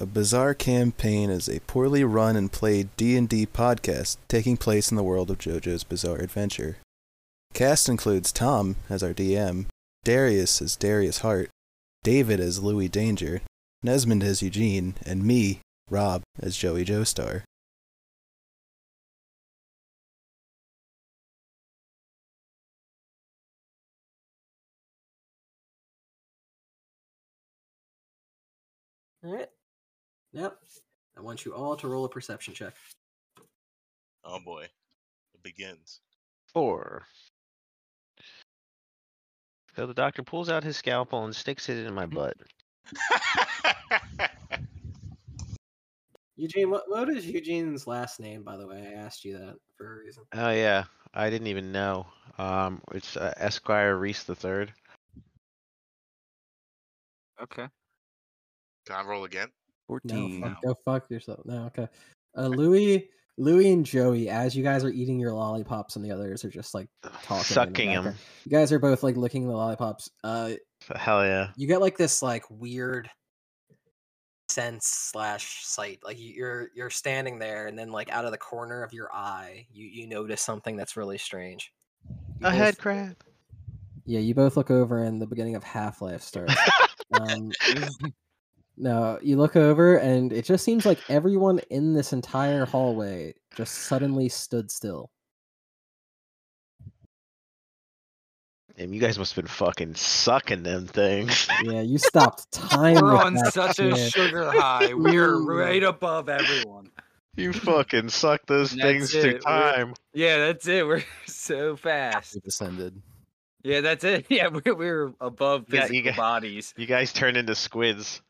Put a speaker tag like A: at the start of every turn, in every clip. A: A Bizarre Campaign is a poorly run and played D&D podcast taking place in the world of JoJo's Bizarre Adventure. Cast includes Tom as our DM, Darius as Darius Hart, David as Louis Danger, Nesmond as Eugene, and me, Rob, as Joey Joestar.
B: All right. Yep. I want you all to roll a perception check.
C: Oh boy, it begins.
D: Four. So the doctor pulls out his scalpel and sticks it in my
B: Mm-hmm.
D: butt.
B: Eugene, what, what is Eugene's last name, by the way? I asked you that for a reason.
D: Oh yeah, I didn't even know. Um, it's uh, Esquire Reese the Third.
E: Okay.
C: Can I roll again?
A: 14.
B: No, fuck, go fuck yourself. No, okay. Uh, Louis, Louis and Joey, as you guys are eating your lollipops, and the others are just like talking, in the
D: Sucking him.
B: background. You guys are both like licking the lollipops. Uh,
D: Hell yeah.
B: you get like this like weird sense slash sight like you- you're you're standing there and then like out of the corner of your eye you you notice something that's really strange You
D: A
B: both-
D: head crab.
B: yeah you both look over and the beginning of half-life starts um no you look over and it just seems like everyone in this entire hallway just suddenly stood still
D: Damn, you guys must have been fucking sucking them things.
B: yeah you stopped time
E: We're
B: with
E: on
B: that
E: such a
B: shit.
E: sugar high. We're
B: Ooh.
E: right above everyone.
D: you fucking suck those
E: That's
D: things through
E: it, we're-
D: time.
E: Yeah, that's it. We're so fast.
A: We descended.
E: Yeah, that's it. Yeah, we're, we're above
D: Yeah, you
E: physical
D: got-
E: bodies.
D: You guys turned into squids.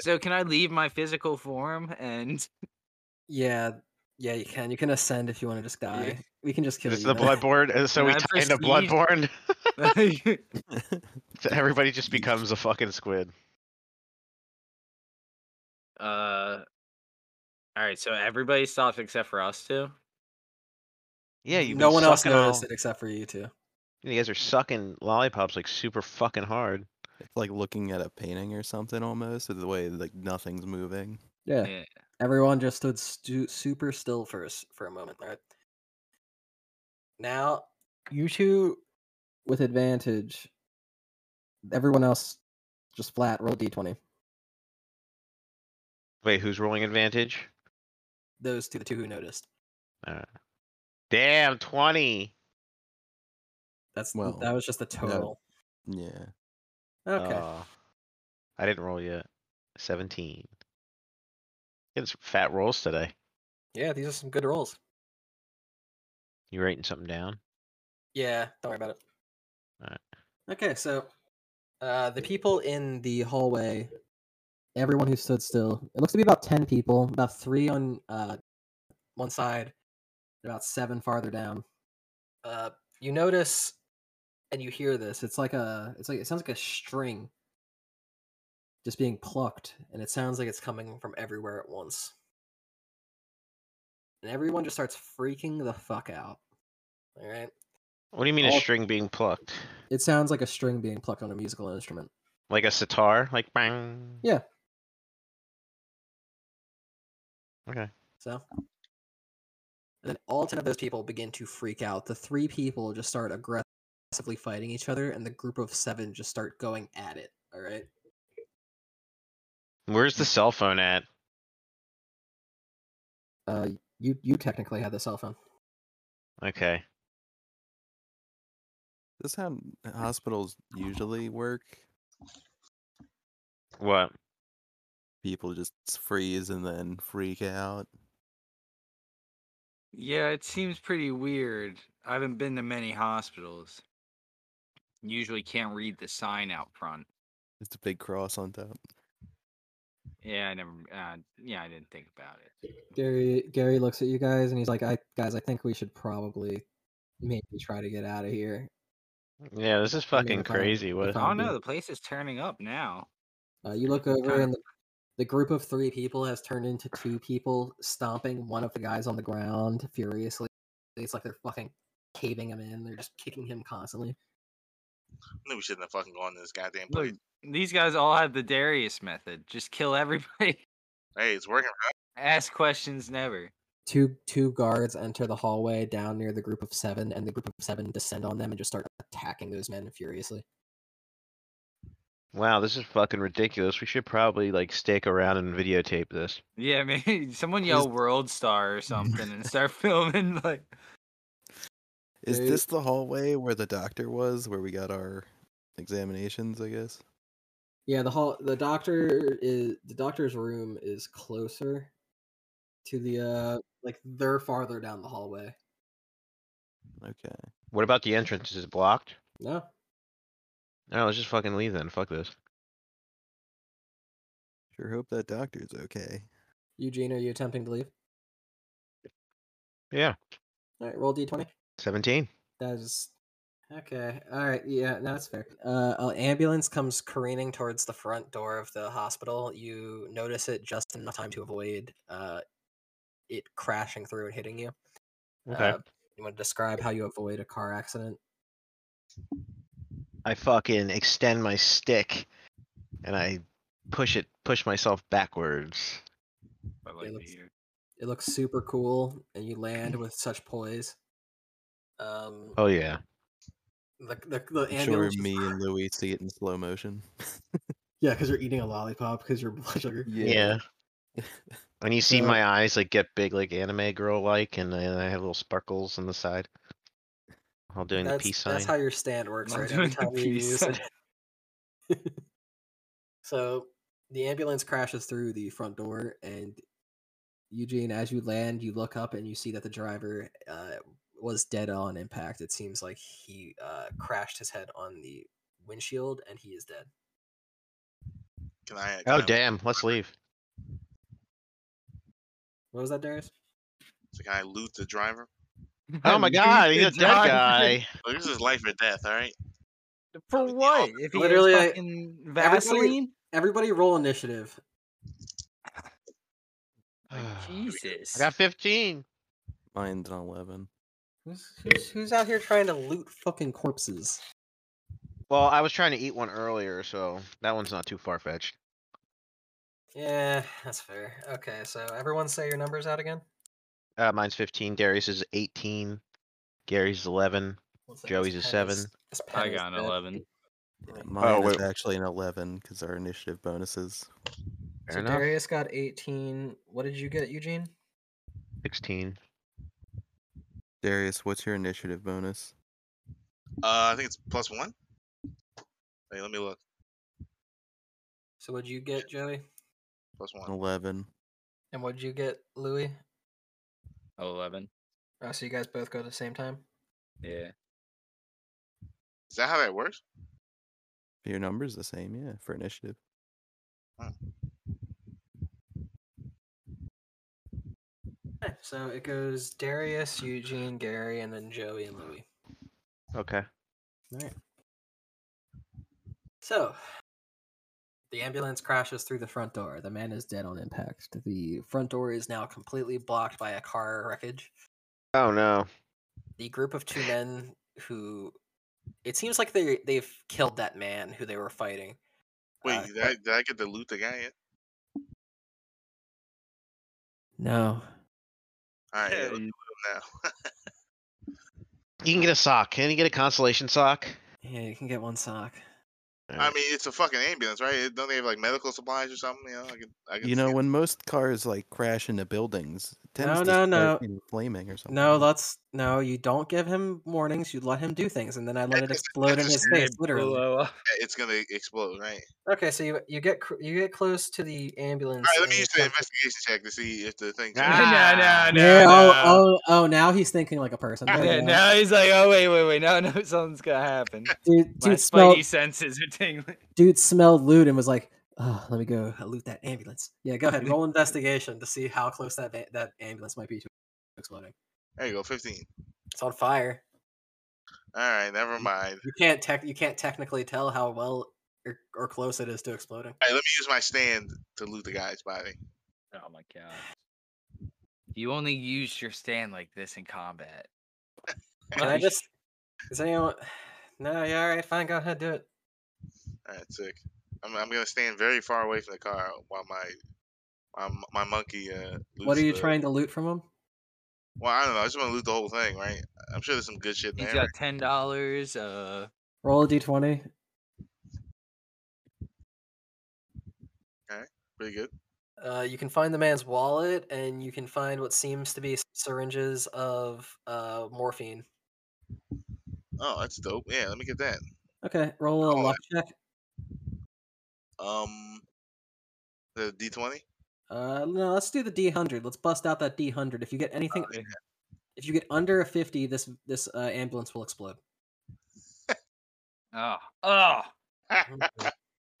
E: So can I leave my physical form and
B: yeah yeah you can you can ascend if you want to just die
E: Yeah.
B: we can just kill
D: It's
B: you
D: the
B: then.
D: bloodborne, and so
E: Can
D: we
E: I
D: tie into
E: proceed?
D: bloodborne.
E: yeah,
D: Everybody just becomes a fucking squid.
E: uh all right, so everybody stops except for us two.
D: Yeah, you.
B: no one else noticed it except for you two.
D: You guys are sucking lollipops like super fucking hard.
A: It's like looking at a painting or something almost, with the way like nothing's moving.
B: Yeah.
E: Yeah.
B: Everyone just stood stu- super still for a, s- for a moment, right? Now, you two with advantage. Everyone else just flat roll d20.
D: Wait, who's rolling advantage?
B: Those two, the two who noticed.
D: Uh, damn, twenty.
B: That's
A: Well,
B: that was just the total.
A: Yeah.
B: Okay.
D: Aw. I didn't roll yet. Seventeen. Getting some fat rolls today.
B: yeah, these are some good rolls.
D: You writing something down?
B: Yeah, don't worry about it.
D: Alright.
B: Okay, so uh, the people in the hallway, everyone who stood still, it looks to be about 10 people, about three on uh, one side, and about seven farther down. Uh, you notice and you hear this. It's like a, it's like, it sounds like a string just being plucked, and it sounds like it's coming from everywhere at once. And everyone just starts freaking the fuck out. All right.
D: What do you mean
B: All-
D: a string being plucked?
B: It sounds like a string being plucked on a musical instrument.
D: Like a sitar? Like bang.
B: Yeah.
D: Okay.
B: So, and then all ten of those people begin to freak out. The three people just start aggressively fighting each other, and the group of seven just start going at it. All right.
D: Where's the cell phone at?
B: Uh, you you technically had the cell phone.
D: Okay.
A: Is this how hospitals usually work?
D: What?
A: People just freeze and then freak out.
E: Yeah, it seems pretty weird. I haven't been to many hospitals. Usually can't read the sign out front.
A: It's a big cross on top.
E: Yeah, I never. Uh, yeah, I didn't think about it.
B: Gary Gary looks at you guys and he's like, "I guys, I think we should probably maybe try to get out of here."
D: Yeah, this is
B: I mean,
D: fucking
B: if I'm-
D: crazy. What?
B: if
E: Oh
B: I'm-
E: no, the place is turning up now.
B: Uh, you look over
E: Okay.
B: and the, the group of three people has turned into two people stomping one of the guys on the ground furiously. It's like they're fucking caving him in. They're just kicking him constantly.
C: knew we shouldn't have fucking gone to this goddamn
E: Look,
C: place.
E: these guys all have the Darius method. Just kill everybody.
C: Hey, it's working. right?
E: Ask questions never.
B: Two two guards enter the hallway down near the group of seven, and the group of seven descend on them and just start attacking those men furiously.
D: Wow, this is fucking ridiculous. We should probably like stick around and videotape this.
E: Yeah, maybe someone yell "World Star" or something and start filming. Like,
A: Is
B: They-
A: this the hallway where the doctor was, where we got our examinations, I guess?
B: Yeah, the hall the doctor is the doctor's room is closer to the uh like they're farther down the hallway.
A: Okay.
D: What about the entrance? Is it blocked?
B: No.
D: No, let's just fucking leave then. Fuck this.
A: Sure hope that doctor's okay.
B: Eugene, are you attempting to leave?
D: Yeah.
B: Alright, roll D twenty.
D: Seventeen.
B: That is okay. All right. Yeah, no, that's fair. Uh, an ambulance comes careening towards the front door of the hospital. You notice it just enough time to avoid uh, it crashing through and hitting you. Uh, you want to describe how you avoid a car accident?
D: I fucking extend my stick and I push it push myself backwards.
E: I like to
B: looks-
E: hear.
B: It looks super cool, and you land with such poise. Um,
D: Oh yeah.
B: the the, the
A: I'm sure
B: ambulance. just-
A: me and Louis see it in slow motion.
B: Yeah, because you're eating a lollipop because you're blood sugar.
D: And you see
B: Uh,
D: my eyes like get big like anime girl like and I, I have little sparkles on the side. All doing the
B: that's,
D: peace
B: that's
D: sign.
B: how your stand works,
E: I'm
B: right? Every
E: doing the
B: time you
E: peace
B: use
E: sign.
B: it. So the ambulance crashes through the front door, and Eugene, as you land, you look up and you see that the driver uh, was dead on impact. It seems like he uh, crashed his head on the windshield, and he is dead.
C: Can I? can
D: Oh
C: I-
D: damn, let's leave.
B: What was that, Darius?
C: so can I loot the driver?
D: Oh my
E: Lose
D: god,
E: the
D: he's a dead
E: driver.
D: guy.
C: Look, this is life or death. All right.
E: For
C: Yeah,
E: what? If he
B: literally,
E: literally
B: I-
E: fucking
B: everybody-
E: Vaseline.
B: Everybody, roll initiative. Oh,
E: Like, Jesus.
D: I got fifteen.
A: Mine's an 11.
B: Who's, who's, who's out here trying to loot fucking corpses?
D: Well, I was trying to eat one earlier, so that one's not too far fetched.
B: Yeah, that's fair. Okay, so everyone say your numbers out again.
D: Uh, mine's fifteen. Darius is eighteen. Gary's eleven.
B: One second,
D: Joey's
B: this
D: a
B: pen is-
D: seven.
B: this
E: I
B: pen is
E: got an
B: dead.
E: eleven.
A: Mine is
D: wait.
A: actually an 11 because our initiative bonuses.
D: Fair
B: so
D: enough.
B: Darius got 18. What did you get, Eugene?
D: Sixteen.
A: Darius, what's your initiative bonus?
C: Uh, I think it's plus one. Wait, let me look.
B: So what'd you get, Joey?
C: Plus one.
A: 11.
B: And what'd you get, Louis?
E: Eleven.
B: Oh, so you guys both go at the same time?
E: Yeah.
C: Is that how that works?
A: Your number's the same, yeah, for initiative.
B: Okay, so it goes Darius, Eugene, Gary, and then Joey and Louis.
D: Okay.
B: So the ambulance crashes through the front door. The man is dead on impact. The front door is now completely blocked by a car wreckage.
D: Oh no.
B: the group of two men who it seems like they they've killed that man who they were fighting.
C: Wait,
B: Uh,
C: did, I, did I get to loot the guy yet?
B: No.
C: All right, yeah, let
E: Yeah,
C: me loot him now.
D: You can get a sock. Can you get a consolation sock?
B: Yeah, you can get one sock.
C: I
D: Alright.
C: mean, it's a fucking ambulance, right? It- Don't they have like medical supplies or something? You know, I can, I can
A: You know,
C: see-
A: when most cars like crash into buildings, it tends
B: No,
A: to
B: no,
A: start,
B: no.
A: you know, flaming or something.
B: No, let's no, you don't give him warnings, you let him do things, and then I let it
C: That's-
B: explode in
C: that's
B: his
C: just
B: face, literally.
E: Blow up.
C: Yeah, it's gonna explode, right?
B: Okay, so you you get cr- you get close to the ambulance.
C: All right, let
B: and
C: me
B: you
C: use the
B: attempt to-
C: investigation check to see if the thing.
D: Ah,
E: no, no, no.
B: Yeah,
E: no.
B: oh, oh, oh, now he's thinking like a person. Oh,
E: Yeah,
B: no.
E: uh, now he's like, oh wait, wait, wait, no, no, something's gonna happen.
B: Dude,
E: My
B: dude, smelled,
E: spidey senses are tingling.
B: dude smelled loot and was like, oh, let me go loot that ambulance. Yeah, go ahead, roll investigation to see how close that, va- that ambulance might be to exploding.
C: There you go, fifteen.
B: It's on fire.
C: All right, never mind.
B: You can't tech. You can't technically tell how well or, or close it is to exploding.
C: All right, let me use my stand to loot the guy's body.
E: Oh my god. You only use your stand like this in combat.
B: Can I just? Is anyone? No, yeah, all right, fine, go ahead, do it.
C: All right, sick. I'm I'm gonna stand very far away from the car while my my, my monkey. Uh,
B: what
C: loots
B: are you
C: the-
B: trying to loot from him?
C: Well, I don't know. I just want to loot the whole thing, right? I'm sure there's some good shit in
E: He's
C: there.
E: got ten dollars. Uh,
B: Roll a d20.
C: Pretty good.
B: Uh, you can find the man's wallet, and you can find what seems to be syringes of uh, morphine.
C: Oh, that's dope. Yeah, let me get that.
B: Okay, roll a
C: Roll
B: luck check.
C: Um, the D20.
B: Uh, no, let's do the D100. Let's bust out that D100. If you get anything,
E: Okay.
B: if you get under a 50, this this uh, ambulance will explode.
E: oh, oh,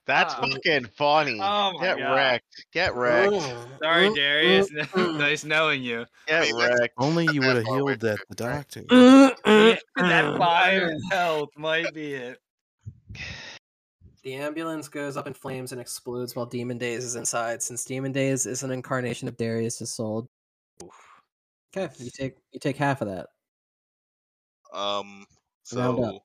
D: That's
E: Ah.
C: uh,
D: fucking funny.
E: Oh my
D: Mm. Get
E: God.
D: wrecked. Get wrecked.
E: sorry,
B: Mm,
E: Darius.
B: mm,
E: nice knowing you.
D: Get
C: mean, that's-
D: wrecked.
A: Only you
C: that
A: would have
C: far away
A: healed
C: from
A: at
C: it,
A: the
C: right?
A: doctor.
B: mm, mm,
E: that
B: mm.
E: five health might be it.
B: The ambulance goes up in flames and explodes while Demon Days is inside. Since Demon Days is an incarnation of Darius' soul, okay, you take you take half of that.
C: Um,
B: Round up.
C: so.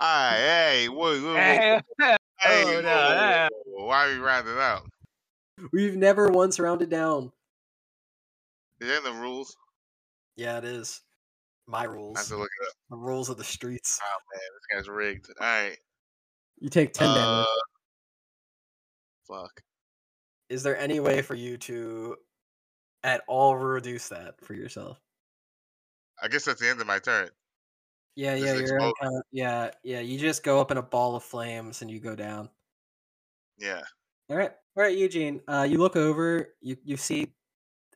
C: Alright, hey, whoa, whoa, whoa.
E: Eh,
C: hey, whoa,
E: oh, no, eh.
C: whoa, whoa, whoa, why are we rounding out?
B: We've never once rounded down.
C: Is that in the rules?
B: Yeah, it is. My
C: I have
B: rules,
C: to look it up.
B: the rules of the streets.
C: Oh man, this guy's rigged. Alright.
B: You take ten
C: Uh,
B: damage.
C: fuck.
B: Is there any way for you to, at all, reduce that for yourself?
C: I guess that's the end of my turn.
B: Yeah,
C: Just
B: yeah, you're on
C: explode.
B: count- yeah, yeah. You just go up in a ball of flames and you go down.
C: Yeah.
B: All right, all right, Eugene. Uh, you look over. You you see,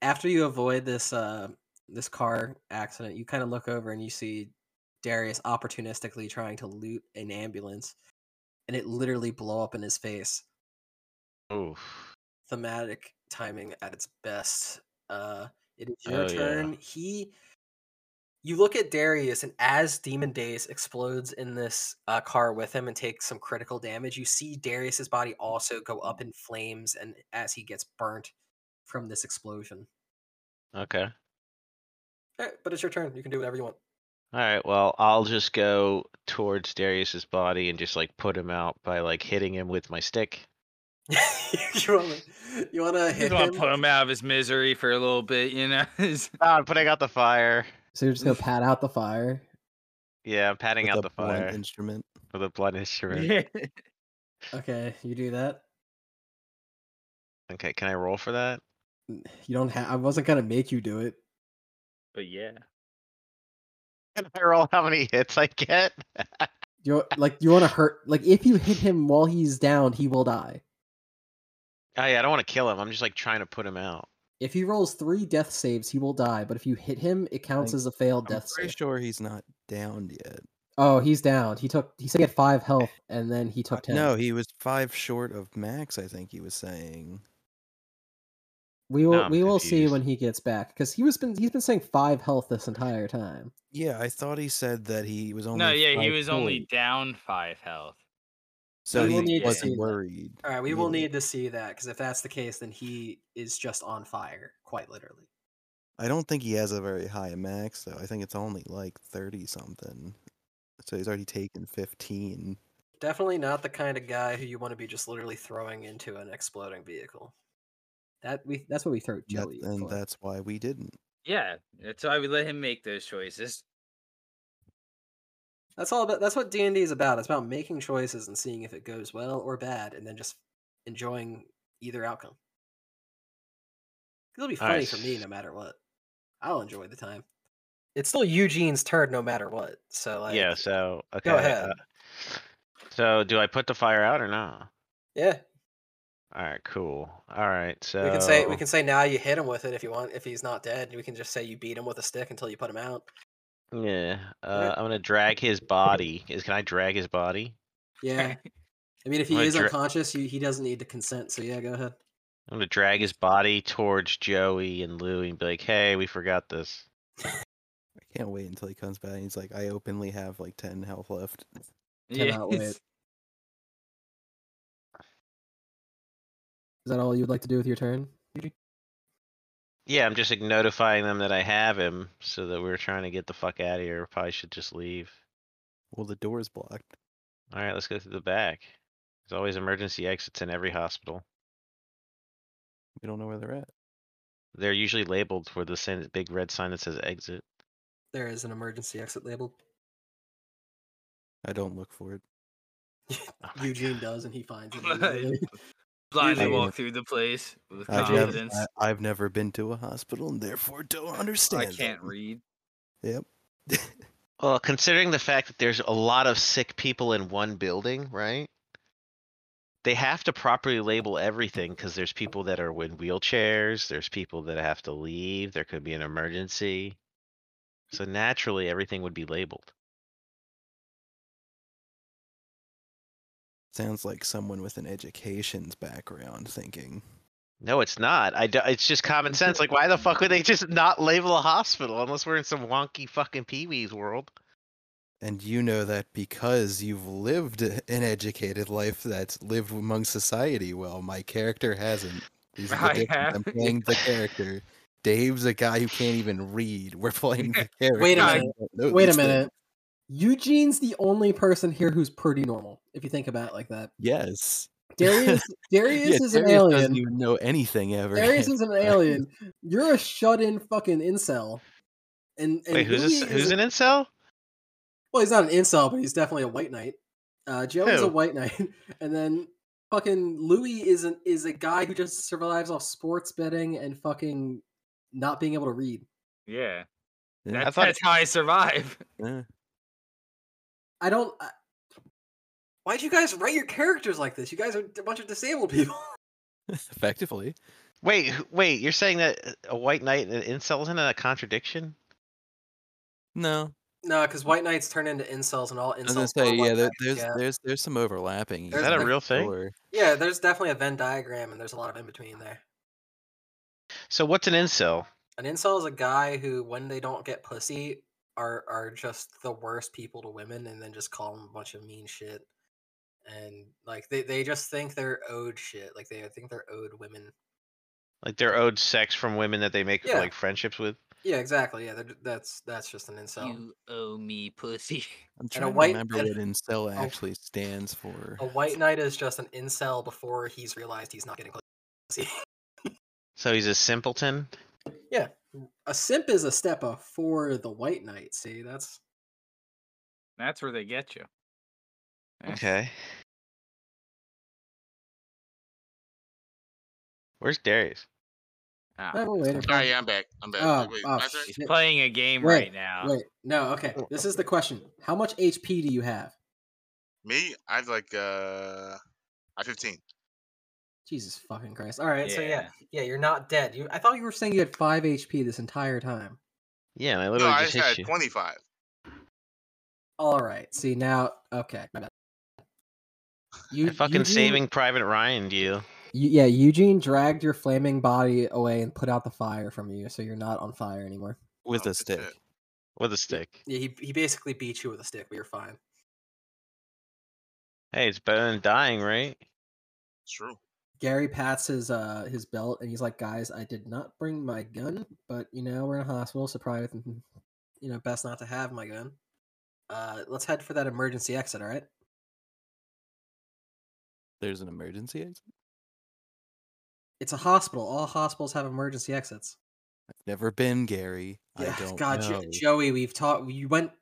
B: after you avoid this uh this car accident, you kind of look over and you see Darius opportunistically trying to loot an ambulance, and it literally blow up in his face.
D: Oof.
B: Thematic timing at its best. Uh, it is
D: Oh,
B: your
D: yeah.
B: turn. He. You look at Darius, and as Demon Days explodes in this uh, car with him and takes some critical damage, you see Darius's body also go up in flames, and as he gets burnt from this explosion.
D: Okay.
B: All right, but it's your turn. You can do whatever you want.
D: All right. Well, I'll just go towards Darius's body and just like put him out by like hitting him with my stick.
B: you want to you wanna
E: Just
B: hit
E: want
B: him?
E: to put him out of his misery for a little bit, you know. It's-
D: Oh, I'm putting out the fire.
B: So you're just gonna pat out the fire.
D: Yeah, I'm patting
A: with
D: out
A: a
D: the
A: blunt
D: fire
A: instrument.
D: with a blunt instrument.
B: Okay, you do that.
D: Okay, can I roll for that?
B: N- You don't have. I wasn't gonna make you do it.
E: But yeah.
D: Can I roll how many hits I get?
B: You
D: Oh,
B: wa- like you want to hurt. Like if you hit him while he's down, he will die.
D: Oh yeah, I don't want to kill him. I'm just like trying to put him out.
B: If he rolls three death saves, he will die. But if you hit him, it counts
A: Like,
B: as a failed
A: I'm
B: death
A: pretty
B: save.
A: sure he's not down yet.
B: Oh, he's down. He took. He said he had five health, and then he took ten.
A: No, he was five short of max. I think he was saying.
B: we will.
D: I'm
B: we will see
D: confused.
B: when he gets back because he was been. He's been saying five health this entire time.
A: Yeah, I thought he said that he was only.
E: No, yeah, he
A: five
E: was only
A: short,
E: down five health.
A: so
B: We will
A: he
B: need to see
A: wasn't
B: that.
A: worried.
B: All right, we
A: He
B: will
A: was-
B: need to see that because if that's the case, then he is just on fire, quite literally.
A: I don't think he has a very high max though. I think it's only like thirty something. So he's already taken fifteen.
B: Definitely not the kind of guy who you want to be just literally throwing into an exploding vehicle. That we. That's what we throw
A: that-
B: Joey.
A: and
B: for.
A: that's why we didn't.
E: Yeah, that's why we let him make those choices.
B: That's all about. That's what D and D is about. It's about making choices and seeing if it goes well or bad, and then just enjoying either outcome. It'll be
D: All
B: funny
D: right,
B: for me
D: s-
B: no matter what. I'll enjoy the time. It's still Eugene's turn no matter what. So like,
D: yeah. So okay. uh,
B: ahead.
D: so do I put the fire out or not?
B: yeah.
D: All right. Cool. All right. So
B: We can say we can say now you hit him with it if you want. If he's not dead, we can just say you beat him with a stick until you put him out.
D: Yeah. Uh, I'm gonna drag his body. Is can I drag his body?
B: Yeah. I mean, if he
D: Wanna
B: is
D: dra-
B: unconscious, you, he doesn't need to consent. So yeah, go ahead.
D: I'm gonna drag his body towards Joey and Lou and be like, "Hey, we forgot this."
A: I can't wait until he comes back. and He's like, I openly have like ten health left.
B: Cannot wait.
E: Yes.
B: Is that all you'd like to do with your turn?
D: Yeah, I'm just like notifying them that I have him, so that we're trying to get the fuck out of here. Probably should just leave.
A: Well, the door's blocked.
D: All right, let's go through the back. There's always emergency exits in every hospital.
A: We don't know where they're at.
D: They're usually labeled with the same big red sign that says exit.
B: There is an emergency exit label.
A: I don't look for it.
D: Oh my
B: Eugene
D: God.
B: does, and he finds it.
E: Right.
B: immediately.
E: Blindly
A: Eugene.
E: walk through the place with
A: I've
B: yeah,
A: never,
E: confidence.
A: I, have never been to a hospital and therefore don't understand.
E: I can't
A: them.
E: read.
D: Well, considering the fact that there's a lot of sick people in one building, right? They have to properly label everything because there's people that are in wheelchairs, there's people that have to leave, there could be an emergency. So naturally, everything would be labeled.
A: Sounds like someone with an education's background thinking.
D: No, it's not. I do, it's just common sense. Like, why the fuck would they just not label a hospital unless we're in some wonky fucking Pee Wee's world?
A: And you know that because you've lived an educated life that's lived among society well. My character hasn't. These are the
E: I
A: difference. I'm
E: have-
A: playing the character. Dave's a guy who can't even read. We're playing the character.
B: Wait a
A: so I
B: minute.
A: don't
D: Oh,
A: know
B: Wait a
A: these things.
B: minute. Eugene's the only person here who's pretty normal, if you think about it like that.
A: Yes.
B: Darius, Darius
A: Yeah,
B: is an
A: Darius Doesn't
B: alien.
A: even know anything ever.
B: Darius is an alien. You're a shut-in fucking incel. And, and
D: Wait, who's
B: Louis
D: this?
B: is
D: Who's
B: a-
D: an incel?
B: Well, he's not an incel, but he's definitely a white knight. Uh, Joey's
D: Who?
B: a white knight, and then fucking Louis is an, is a guy who just survives off sports betting and fucking not being able to read.
E: Yeah.
A: Yeah.
E: That's,
D: thought-
E: that's how I survive.
A: Yeah.
B: I don't. I, why'd you guys write your characters like this? You guys are a bunch of disabled people.
A: Effectively.
D: Wait, wh- wait, you're saying that a white knight and an incel isn't that a contradiction?
A: No.
B: no, because white knights turn into incels, and all
A: I was gonna
B: incels. are
A: say,
B: white
A: yeah, there,
B: knights,
A: there's
B: yeah.
A: there's there's some overlapping.
B: There's
D: Is that a
B: like-
D: real thing?
A: Sure.
B: yeah, there's definitely a Venn diagram, and there's a lot of in between there.
D: So what's an incel?
B: An incel is a guy who, when they don't get pussy, are are just the worst people to women, and then just call them a bunch of mean shit, and like they, they just think they're owed shit. Like they think they're owed women.
D: Like they're owed sex from women that they make
B: Yeah.
D: like friendships with.
B: Yeah, exactly. Yeah, they're- that's that's just an incel.
E: You owe me pussy.
A: I'm trying to
B: white-
A: remember
B: and-
A: what incel actually stands for.
B: A white knight is just an incel before he's realized he's not getting pussy.
D: So he's a simpleton.
B: a simp is a step before the white knight. See, that's
E: That's where they get you. Yeah.
D: Okay. Where's Darius?
E: Ah,
B: I have a
E: it's
B: later
E: okay.
C: All right, yeah, I'm back. I'm back.
B: Oh,
C: uh, Wait,
B: oh,
C: my turn?
E: He's
B: Shit.
E: playing a game
B: Wait,
E: right now.
B: wait. No, okay.
E: Oh,
B: This is the question: How much HP do you have?
C: Me, I'd like uh, I 15.
B: Jesus fucking Christ! All right, so yeah,
E: Yeah.
B: yeah, you're not dead. You, I thought you were saying you had five HP this entire time.
D: Yeah, and I
C: No,
D: literally
C: I
D: just
C: just had
D: hit you.
C: 25.
B: All right, see now, okay. my bad.
D: You're
B: Eu-
D: fucking saving Private Ryan, you.
B: Eu- yeah, Eugene dragged your flaming body away and put out the fire from you, so you're not on fire anymore.
A: With
C: Oh,
A: a
C: good
A: stick.
C: shit.
D: With a stick.
B: Yeah, he, he basically beat you with a stick, but you're fine.
D: Hey, it's better than dying, right?
C: It's true.
B: Gary pats his uh his belt and he's like, "Guys, I did not bring my gun, but you know we're in a hospital, so probably you know best not to have my gun." Uh, let's head for that emergency exit. All right.
A: There's an emergency exit.
B: It's a hospital. All hospitals have emergency exits.
A: I've never been Gary.
B: Yeah,
A: I don't
B: God, Jo-
A: know.
B: Joey, we've taught. You went.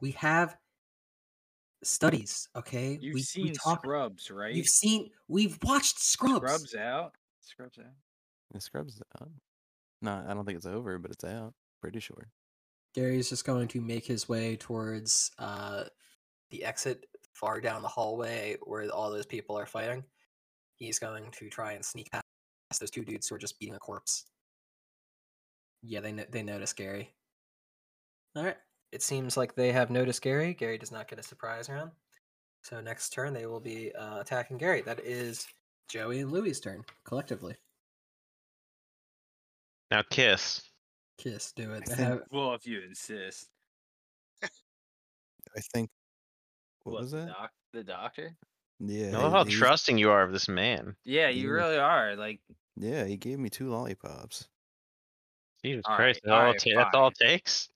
B: We have studies. Okay,
E: You've
B: we,
E: seen
B: we talk-
E: Scrubs, right?
B: You've seen. We've watched Scrubs.
E: Scrubs out. Scrubs out.
A: The Scrubs is out. No, I don't think it's over, but it's out. Pretty sure.
B: Gary's just going to make his way towards uh, the exit far down the hallway where all those people are fighting. He's going to try and sneak past those two dudes who are just beating a corpse. Yeah, they no- they notice Gary. All right. It seems like they have noticed Gary. Gary does not get a surprise round. So next turn they will be uh, attacking Gary. That is Joey and Louie's turn collectively.
D: Now kiss.
B: Kiss, do it.
A: I
B: They have-
E: Well, if you insist.
A: I think. What, was
E: the
A: that?
E: Doc- the doctor?
A: Yeah.
D: I love
A: he-
D: how
A: he's-
D: trusting you are of this man.
E: Yeah, you
A: Yeah.
E: really are. Like,
A: Yeah, he gave me two lollipops.
D: Jesus
E: All right,
D: Christ, that's
E: all
D: all it
E: right,
D: ta- that's all
E: fine.
D: it takes.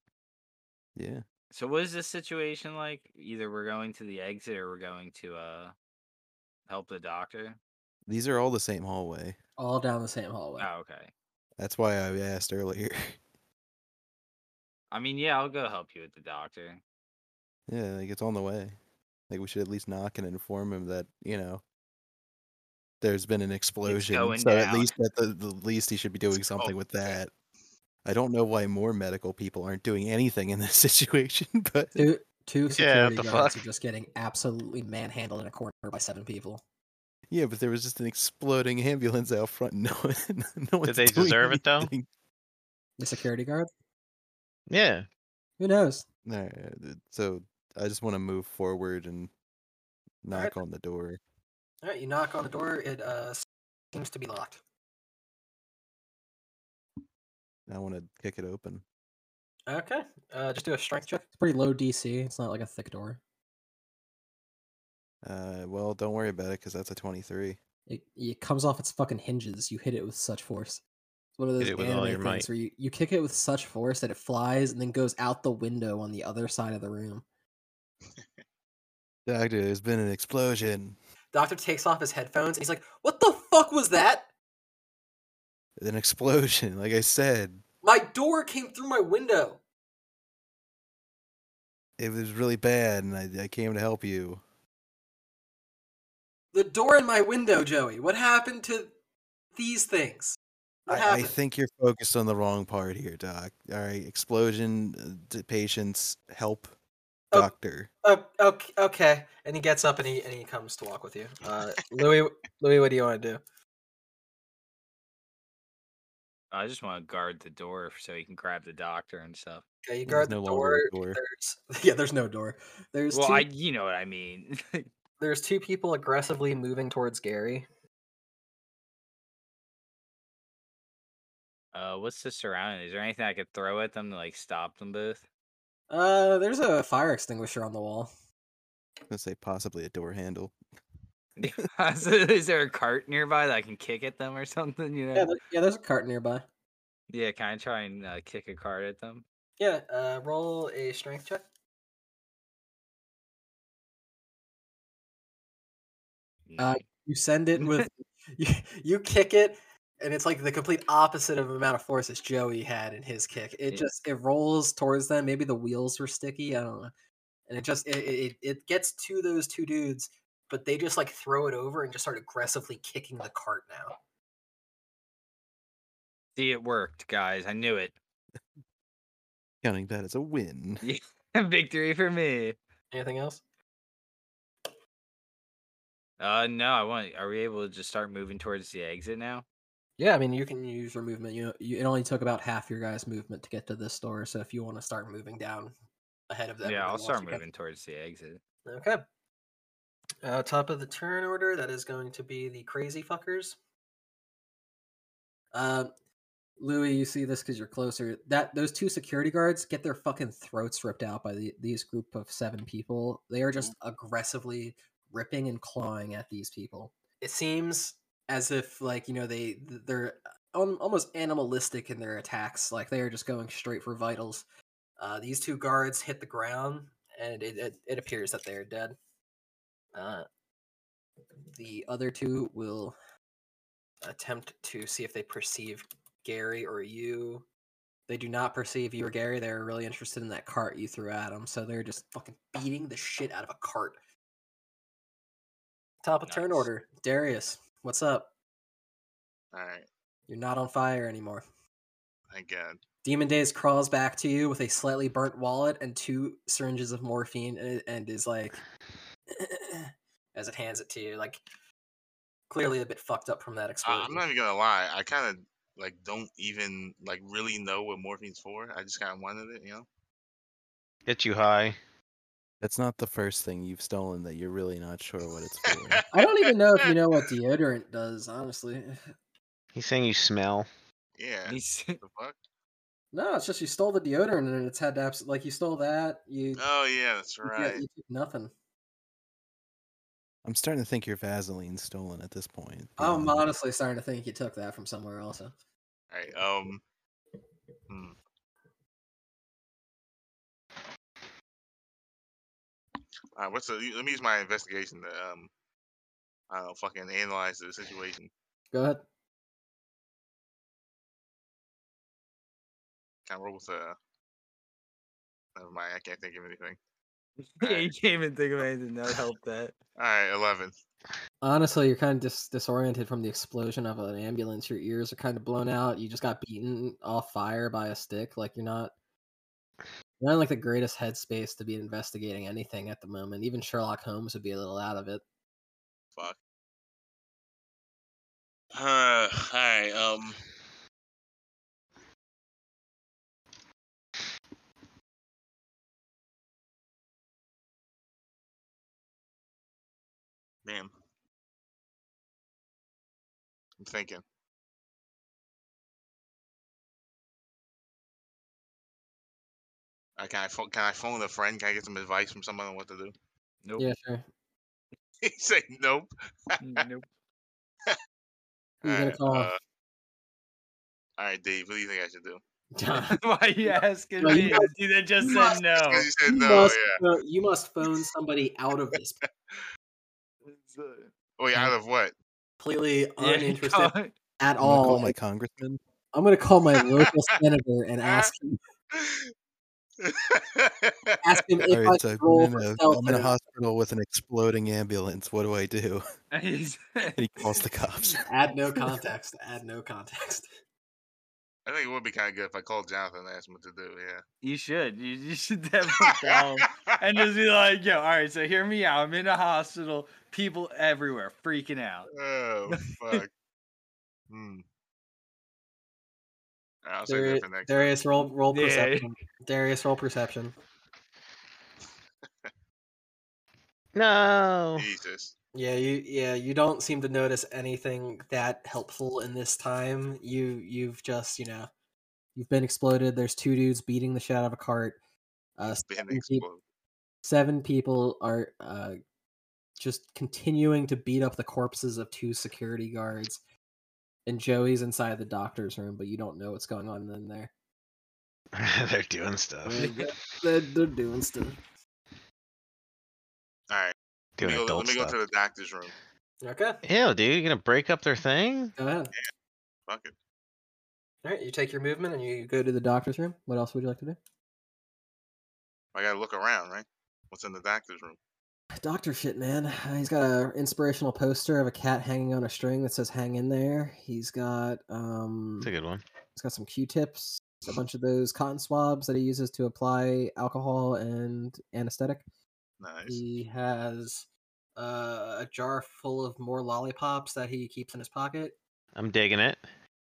A: Yeah.
E: So what is this situation like? Either we're going to the exit or we're going to uh help the doctor.
A: These are all the same hallway.
B: All down the same hallway.
E: Oh, okay.
A: That's why I asked earlier.
E: I mean, yeah, I'll go help you with the doctor.
A: yeah, like it's on the way. Like we should at least knock and inform him that you know there's been an explosion.
E: going
A: So at
E: down.
A: least at the, the least he should be doing something
C: oh,
A: with
C: okay.
A: that. I don't know why more medical people aren't doing anything in this situation, but
B: Two two
D: Yeah, what
B: security
D: the
B: guards
D: fuck?
B: are just getting absolutely manhandled in a corner by seven people.
A: yeah, but there was just an exploding ambulance out front. and No, one, no one's
D: they
A: doing
D: deserve it, though?
A: anything.
B: The security guard?
D: Yeah.
B: Who knows?
A: Alright, uh, so I just want to move forward and knock on the door.
B: All right, you knock on the door. It uh seems to be locked.
A: I want to kick it open.
B: Okay. Uh, just do a strength check. It's pretty low DC. It's not like a thick door.
A: Uh, well, don't worry about it because that's a 23.
B: It, it comes off its fucking hinges. You hit it with such force. It's one of those
D: Hit it with all
B: anime
D: your
B: things
D: might.
B: where you, you kick it with such force that it flies and then goes out the window on the other side of the room.
A: Doctor, there's been an explosion.
B: Doctor takes off his headphones and he's like, "What the fuck was that?
A: An explosion, like I said.
B: My door came through my window."
A: It was really bad, and I, I came to help you.
B: The door in my window, Joey. What happened to these things? What
A: I, I
B: happened?
A: think you're focused on the wrong part here, Doc. All right, explosion, uh, d- patients, help,
B: Oh.
A: doctor.
B: Oh, okay, okay. And he gets up and he and he comes to walk with you. Uh, Louis, Louis, what do you want to do?
E: I just want to guard the door so he can grab the doctor and stuff.
B: Okay, you
A: There's
B: guard
A: no
B: the
A: longer a
B: door.
A: door.
B: There's yeah, there's no door. There's
E: well,
B: two.
E: I you know what I mean.
B: There's two people aggressively moving towards Gary.
E: uh, what's the surrounding? Is there anything I could throw at them to like stop them both?
B: Uh, there's a fire extinguisher on the wall.
A: Let's say possibly a door handle.
E: Is there a cart nearby that I can kick at them or something? You know?
B: Yeah, there, yeah. There's a cart nearby.
E: Yeah, can I try and uh, kick a card at them?
B: Yeah. Uh, roll a strength check. Uh, You send it with you, you kick it, and it's like the complete opposite of the amount of force as Joey had in his kick. It
E: Yeah.
B: just it rolls towards them. Maybe the wheels were sticky. I don't know. And it just it, it it gets to those two dudes, but they just like throw it over and just start aggressively kicking the cart now.
E: See, it worked, guys. I knew it.
A: Counting that as a win.
E: Victory for me.
B: Anything else?
E: Uh, no, I want. Are we able to just start moving towards the exit now?
B: Yeah, I mean you can use your movement. You know, you, it only took about half your guys' movement to get to this door. So if you want to start moving down ahead of them,
E: yeah,
B: everybody
E: I'll
B: else,
E: start
B: you can.
E: moving towards the exit.
B: Okay. Uh, top of the turn order, that is going to be the crazy fuckers. Uh, Louis, you see this because you're closer. That those two security guards get their fucking throats ripped out by the, these group of seven people. They are just aggressively ripping and clawing at these people. It seems as if like you know they th- they're um, almost animalistic in their attacks. Like they are just going straight for vitals. Uh, these two guards hit the ground, and it, it, it appears that they are dead. Uh, the other two will attempt to see if they perceive Gary or you. They do not perceive you or Gary. They're really interested in that cart you threw at them, so they're just fucking beating the shit out of a cart. Top of turn
E: Nice.
B: order, Darius. What's up?
C: All right.
B: You're not on fire anymore.
C: Thank God.
B: Demon Days crawls back to you with a slightly burnt wallet and two syringes of morphine and, and is like, as it hands it to you, like clearly a bit fucked up from that
C: I,
B: explosion.
C: Uh, I'm not even gonna lie. I kind of like don't even like really know what morphine's for. I just kind of wanted it, you know.
D: Get you high.
A: That's not the first thing you've stolen that you're really not sure what it's for.
B: I don't even know if you know what deodorant does, honestly.
D: He's saying you smell.
C: Yeah.
E: He's-
C: The fuck?
B: No, it's just you stole the deodorant and it's had to abs- like you stole that. You,
C: Oh yeah, that's
B: you got-
C: right.
B: you took nothing.
A: I'm starting to think your Vaseline's stolen at this point. to be
B: I'm
A: honest.
B: honestly starting to think you took that from somewhere else. huh?
C: All right. Um. hmm. All right, what's the? Let me use my investigation to um, I don't know, fucking analyze the situation.
B: Go ahead.
C: Can I roll with uh? Never mind, I can't think of anything.
E: yeah, you can't even think of anything that would help that.
C: All right, eleven.
B: Honestly, you're kind of dis- disoriented from the explosion of an ambulance. Your ears are kind of blown out. You just got beaten off fire by a stick. Like you're not, you're not in, like the greatest headspace to be investigating anything at the moment. Even Sherlock Holmes would be a little out of it.
C: Fuck. Uh, all right. Um. Damn. I'm thinking. I can I pho- can I phone a friend? Can I get some advice from someone on what to do?
E: Nope.
B: Yeah, sure.
C: he said nope.
E: nope.
B: Who you
C: All
B: gonna
C: right,
B: call?
C: uh, all right, Dave. What do you think I should do?
E: Why are you asking
B: No, you
E: me?
B: guys-
E: The dude that just said no.
C: Because you
B: Oh,
C: said
B: you,
C: no.
B: must,
C: yeah.
B: uh, you must phone somebody out of this
C: Wait, out of what?
B: completely
E: uh, Yeah,
B: uninterested
E: call it-
B: at
A: I'm gonna
B: all.
A: call my congressman.
B: I'm gonna call my local senator and ask him, ask him if
A: All
B: I
A: right, so
B: can
A: I'm
B: roll
A: in,
B: for
A: a,
B: stealth.
A: I'm in a
B: or-
A: hospital with an exploding ambulance. What do I do?
E: He's-
A: And he calls the cops.
B: Add no context. Add no context.
C: I think it would be kind of good if I called Jonathan and asked him what to do.
E: You should. You, you should definitely call
C: Yeah.
E: him. And just be like, yo, all right, so hear me out. I'm in a hospital. People everywhere freaking out.
C: oh fuck. Hmm. Alright, I'll save
B: Dari-
C: that for next. time.
B: Darius, roll roll
E: Yeah.
B: perception. Darius, roll perception.
D: No.
C: Jesus.
B: Yeah, you yeah you don't seem to notice anything that helpful in this time. You you've just you know you've been exploded. There's two dudes beating the shit out of a cart. Uh,
C: Been
B: seven, pe-
C: explode.
B: seven people are uh, just continuing to beat up the corpses of two security guards. And Joey's inside the doctor's room, but you don't know what's going on in there.
D: They're doing stuff.
B: Yeah, They're, they're doing stuff.
C: All right, let
D: Doing
C: me, go,
D: adult
C: let me go
D: stuff.
C: to the doctor's room.
B: Okay,
D: Ew, dude, you're gonna break up their thing?
B: go ahead.
C: Fuck it.
B: All right, you take your movement and you go to the doctor's room. What else would you like to do?
C: I gotta look around, right? What's in the doctor's room?
B: Doctor shit, man. Uh, He's got a inspirational poster of a cat hanging on a string that says "Hang in there." He's got um,
D: That's a good one.
B: he's got some Q-tips, a bunch of those cotton swabs that he uses to apply alcohol and anesthetic.
C: Nice.
B: He has uh, a jar full of more lollipops that he keeps in his pocket.
D: I'm digging it.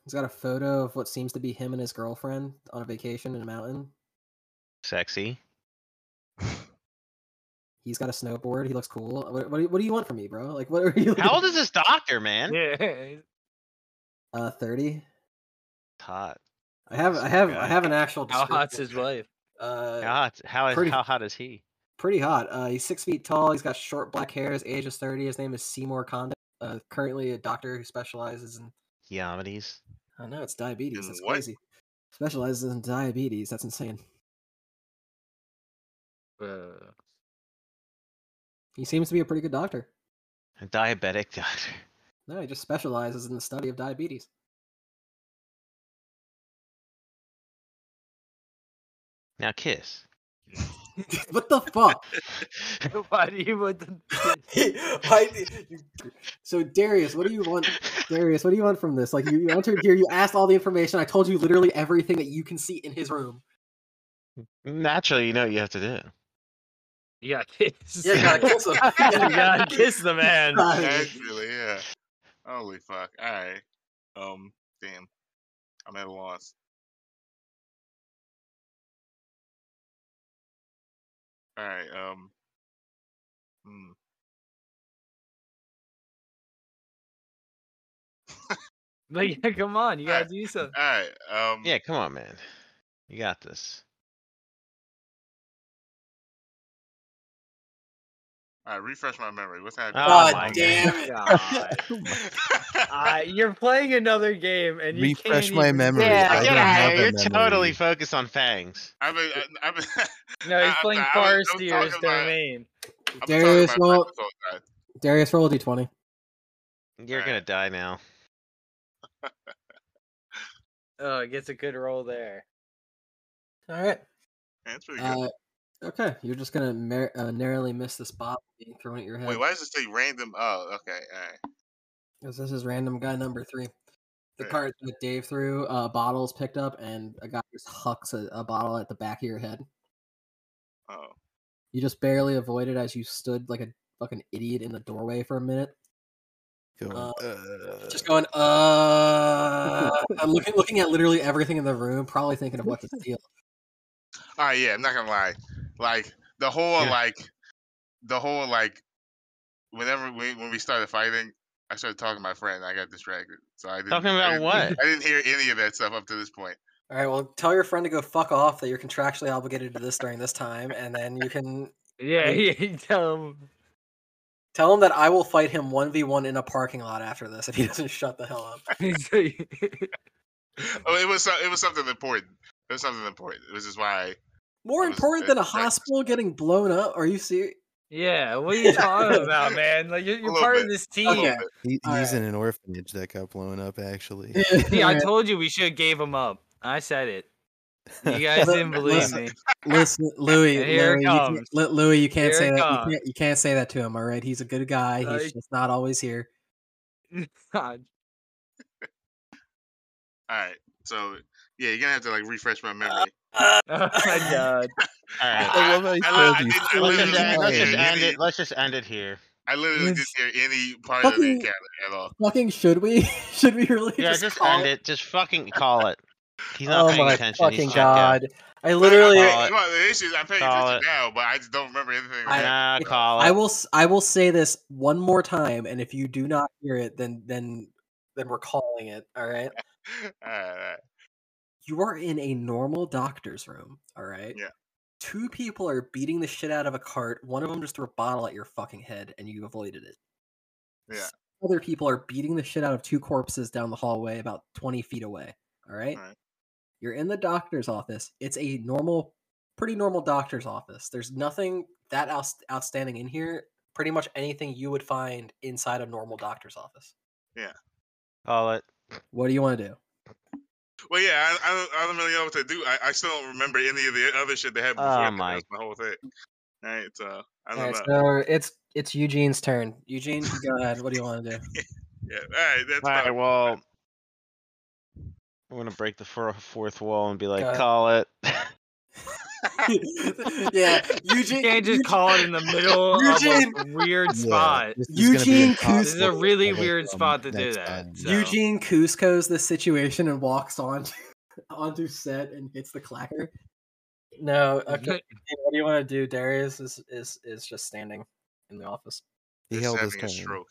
B: He's got a photo of what seems to be him and his girlfriend on a vacation in a mountain.
D: Sexy.
B: He's got a snowboard. He looks cool. What, what, do, you, what do you want from me, bro? Like, what are you?
D: How old is this doctor, man?
E: Yeah.
B: Uh, thirty.
D: It's hot.
B: I have, I
D: Some
B: have,
D: guy.
B: I have an actual.
E: How hot's
B: description.
E: his wife?
B: Uh,
D: How hot? How, is-
B: pretty-
D: how hot is he?
B: pretty hot. Uh, he's six feet tall. He's got short black hair. His age is thirty. His name is Seymour Condon. Uh, currently a doctor who specializes in.
D: Yamides.
B: I know it's diabetes.
C: In
B: That's
C: what?
B: crazy. Specializes in diabetes. That's insane.
E: Uh,
B: He seems to be a pretty good doctor.
D: A diabetic doctor.
B: No, he just specializes in the study of diabetes.
D: Now kiss.
B: what the fuck?
E: Why do you want the
B: Why did you... So Darius, what do you want? Darius, what do you want from this? Like you, you entered here, you asked all the information. I told you literally everything that you can see in his room.
D: Naturally, you know what you have to do.
E: Yeah, kiss.
B: Yeah, you gotta kiss him.
E: You gotta kiss the man.
B: Right.
C: Actually, yeah. Holy fuck. All right. Um. Damn. I'm at a loss. All right. Um. Hmm.
E: Like, yeah, come on, you gotta do something.
C: All right. Um.
D: Yeah, come on, man. You got this.
C: All right. Refresh my memory. What's happening?
D: Oh
B: God
D: my
B: damn it.
E: God. Uh, you're playing another game and you
A: Refresh
E: can't
A: my
E: even-
A: memory.
D: Yeah,
A: I
D: get
A: don't
D: out
A: have
D: of
A: a
D: here. You're
A: memory.
D: totally focused on fangs.
C: I've been. I've been
E: No, he's
C: I-
E: playing
C: I was- I was
E: Forestier's
C: talking about-
E: domain.
C: I'm talking
B: Darius
C: about
B: roll.
C: breakfast all the time.
B: Darius roll a d20.
D: You're gonna die now.
E: Oh, it gets a good roll there.
B: All right.
C: Yeah, it's pretty good.
B: Uh, okay, you're just gonna mer- uh, narrowly miss this bottle being thrown at your head.
C: Wait, why does it say random? Oh, okay, all right.
B: 'Cause This is random guy number three. The
C: Yeah.
B: card that Dave threw, uh, bottles picked up, and a guy just hucks a, a bottle at the back of your head.
C: Oh,
B: You just barely avoided as you stood like a fucking idiot in the doorway for a minute.
A: Going,
B: Uh,
A: uh,
B: Just going, uh, I'm looking, looking at literally everything in the room, probably thinking of what to steal.
C: all right. Yeah, I'm not gonna lie. Like the whole
D: Yeah.
C: like the whole like whenever we when we started fighting, I started talking to my friend. and I got distracted, so I didn't
D: Talking
C: I
D: about
C: didn't-
D: what?
C: I didn't hear any of that stuff up to this point.
B: All right, well, tell your friend to go fuck off that you're contractually obligated to this during this time, and then you can
E: Yeah,
B: mean-
E: you tell him.
B: tell him that I will fight him 1v1 in a parking lot after this if he doesn't shut the hell up.
C: Oh, it was so- it was something important. It was something important. It was just why.
B: More
C: That was-
B: important than a
C: that's- that's-
B: hospital getting blown up? Are you serious?
E: yeah, what are you talking about, man? Like you're,
C: A
E: you're
C: little
E: part
C: bit.
E: of this
C: a
E: team.
C: little
B: Okay.
C: bit.
A: he,
B: all
A: he's
B: right.
A: in an orphanage that got blown up, actually.
E: See, I told you we should have gave him up. I said it. You guys didn't believe
B: Listen,
E: me.
B: Listen, Louis,
E: Here it
B: Louis, you can't,
E: comes.
B: Lu- Louis, you can't
E: Here
B: say
E: it
B: that. You
E: comes.
B: can't, you can't say that to him. All right, he's a good guy.
E: Uh,
B: He's just not always here.
E: God.
C: All right. So yeah, you're gonna have to like refresh my
D: Uh,
C: memory.
E: Oh my god.
D: All right.
A: I love how he
C: I love-
A: says
C: I
A: you
C: didn't- I
A: feel
D: Let's
C: literally
A: like
D: just, end, let's
A: you're
D: just
A: lying.
D: end it. Let's just end it here.
C: I literally
E: Yes.
C: didn't hear any part of the
B: Fucking-
C: encounter at all.
B: Fucking should we? should we really?
D: Yeah,
B: just,
D: just,
B: call
D: end it. Just fucking call it. He's not
B: oh
D: paying
B: my
D: attention.
B: fucking
D: He's checked
B: god! I
C: But I'm
B: literally,
C: paying-
D: Call it.
C: well, the issue is I'm paying
D: Call
C: attention
D: it.
C: now, but I just don't remember anything.
D: out.
B: I-
C: that
D: Nah,
C: happened.
D: call it.
B: I will, s- I will say this one more time, and if you do not hear it, then, then, then we're calling it. All right.
C: All right, all right.
B: you are in a normal doctor's room, all right?
C: Yeah.
B: Two people are beating the shit out of a cart. One of them just threw a bottle at your fucking head and you avoided it.
C: Yeah.
B: S- Other people are beating the shit out of two corpses down the hallway about 20 feet away, all right?
C: Alright.
B: You're in the doctor's office. It's a normal, pretty normal doctor's office. There's nothing that outs outstanding in here. Pretty much anything you would find inside a normal doctor's office.
D: Call it.
B: What do you want to do?
C: Well, yeah, I, I, don't, I don't really know what to do. I, I still don't remember any of the other shit that happened
D: Oh,
C: before. that.
D: my-
C: That's my whole thing. All right, so I don't
B: All right,
C: know.
B: so it's it's Eugene's turn. Eugene, go ahead. What do you want to do?
C: Yeah, all right, that's
D: All right.
C: fine.
D: Well, I'm gonna break the four, fourth wall and be like,
B: ahead.
D: call it.
B: yeah,
E: You
B: Eugene.
E: can't just
B: Eugene-
E: call it in the middle of
B: Eugene-
E: a weird
A: Yeah,
E: spot.
A: this is gonna be
B: Eugene
A: impossible
B: Kuz- This
E: is a really
A: to get
E: weird
A: from
E: spot to do
A: next
E: that,
A: time.
E: so-
B: Eugene Cusco's the situation and walks on onto set and hits the clacker. No, okay. what do you want to do? Darius is is is just standing in the office.
A: He
C: Just
A: held his
C: having a
A: turn.
C: stroke.